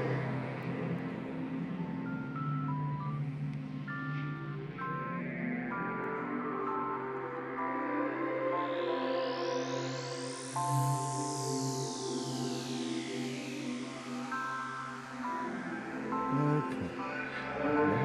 Speaker 2: Okay.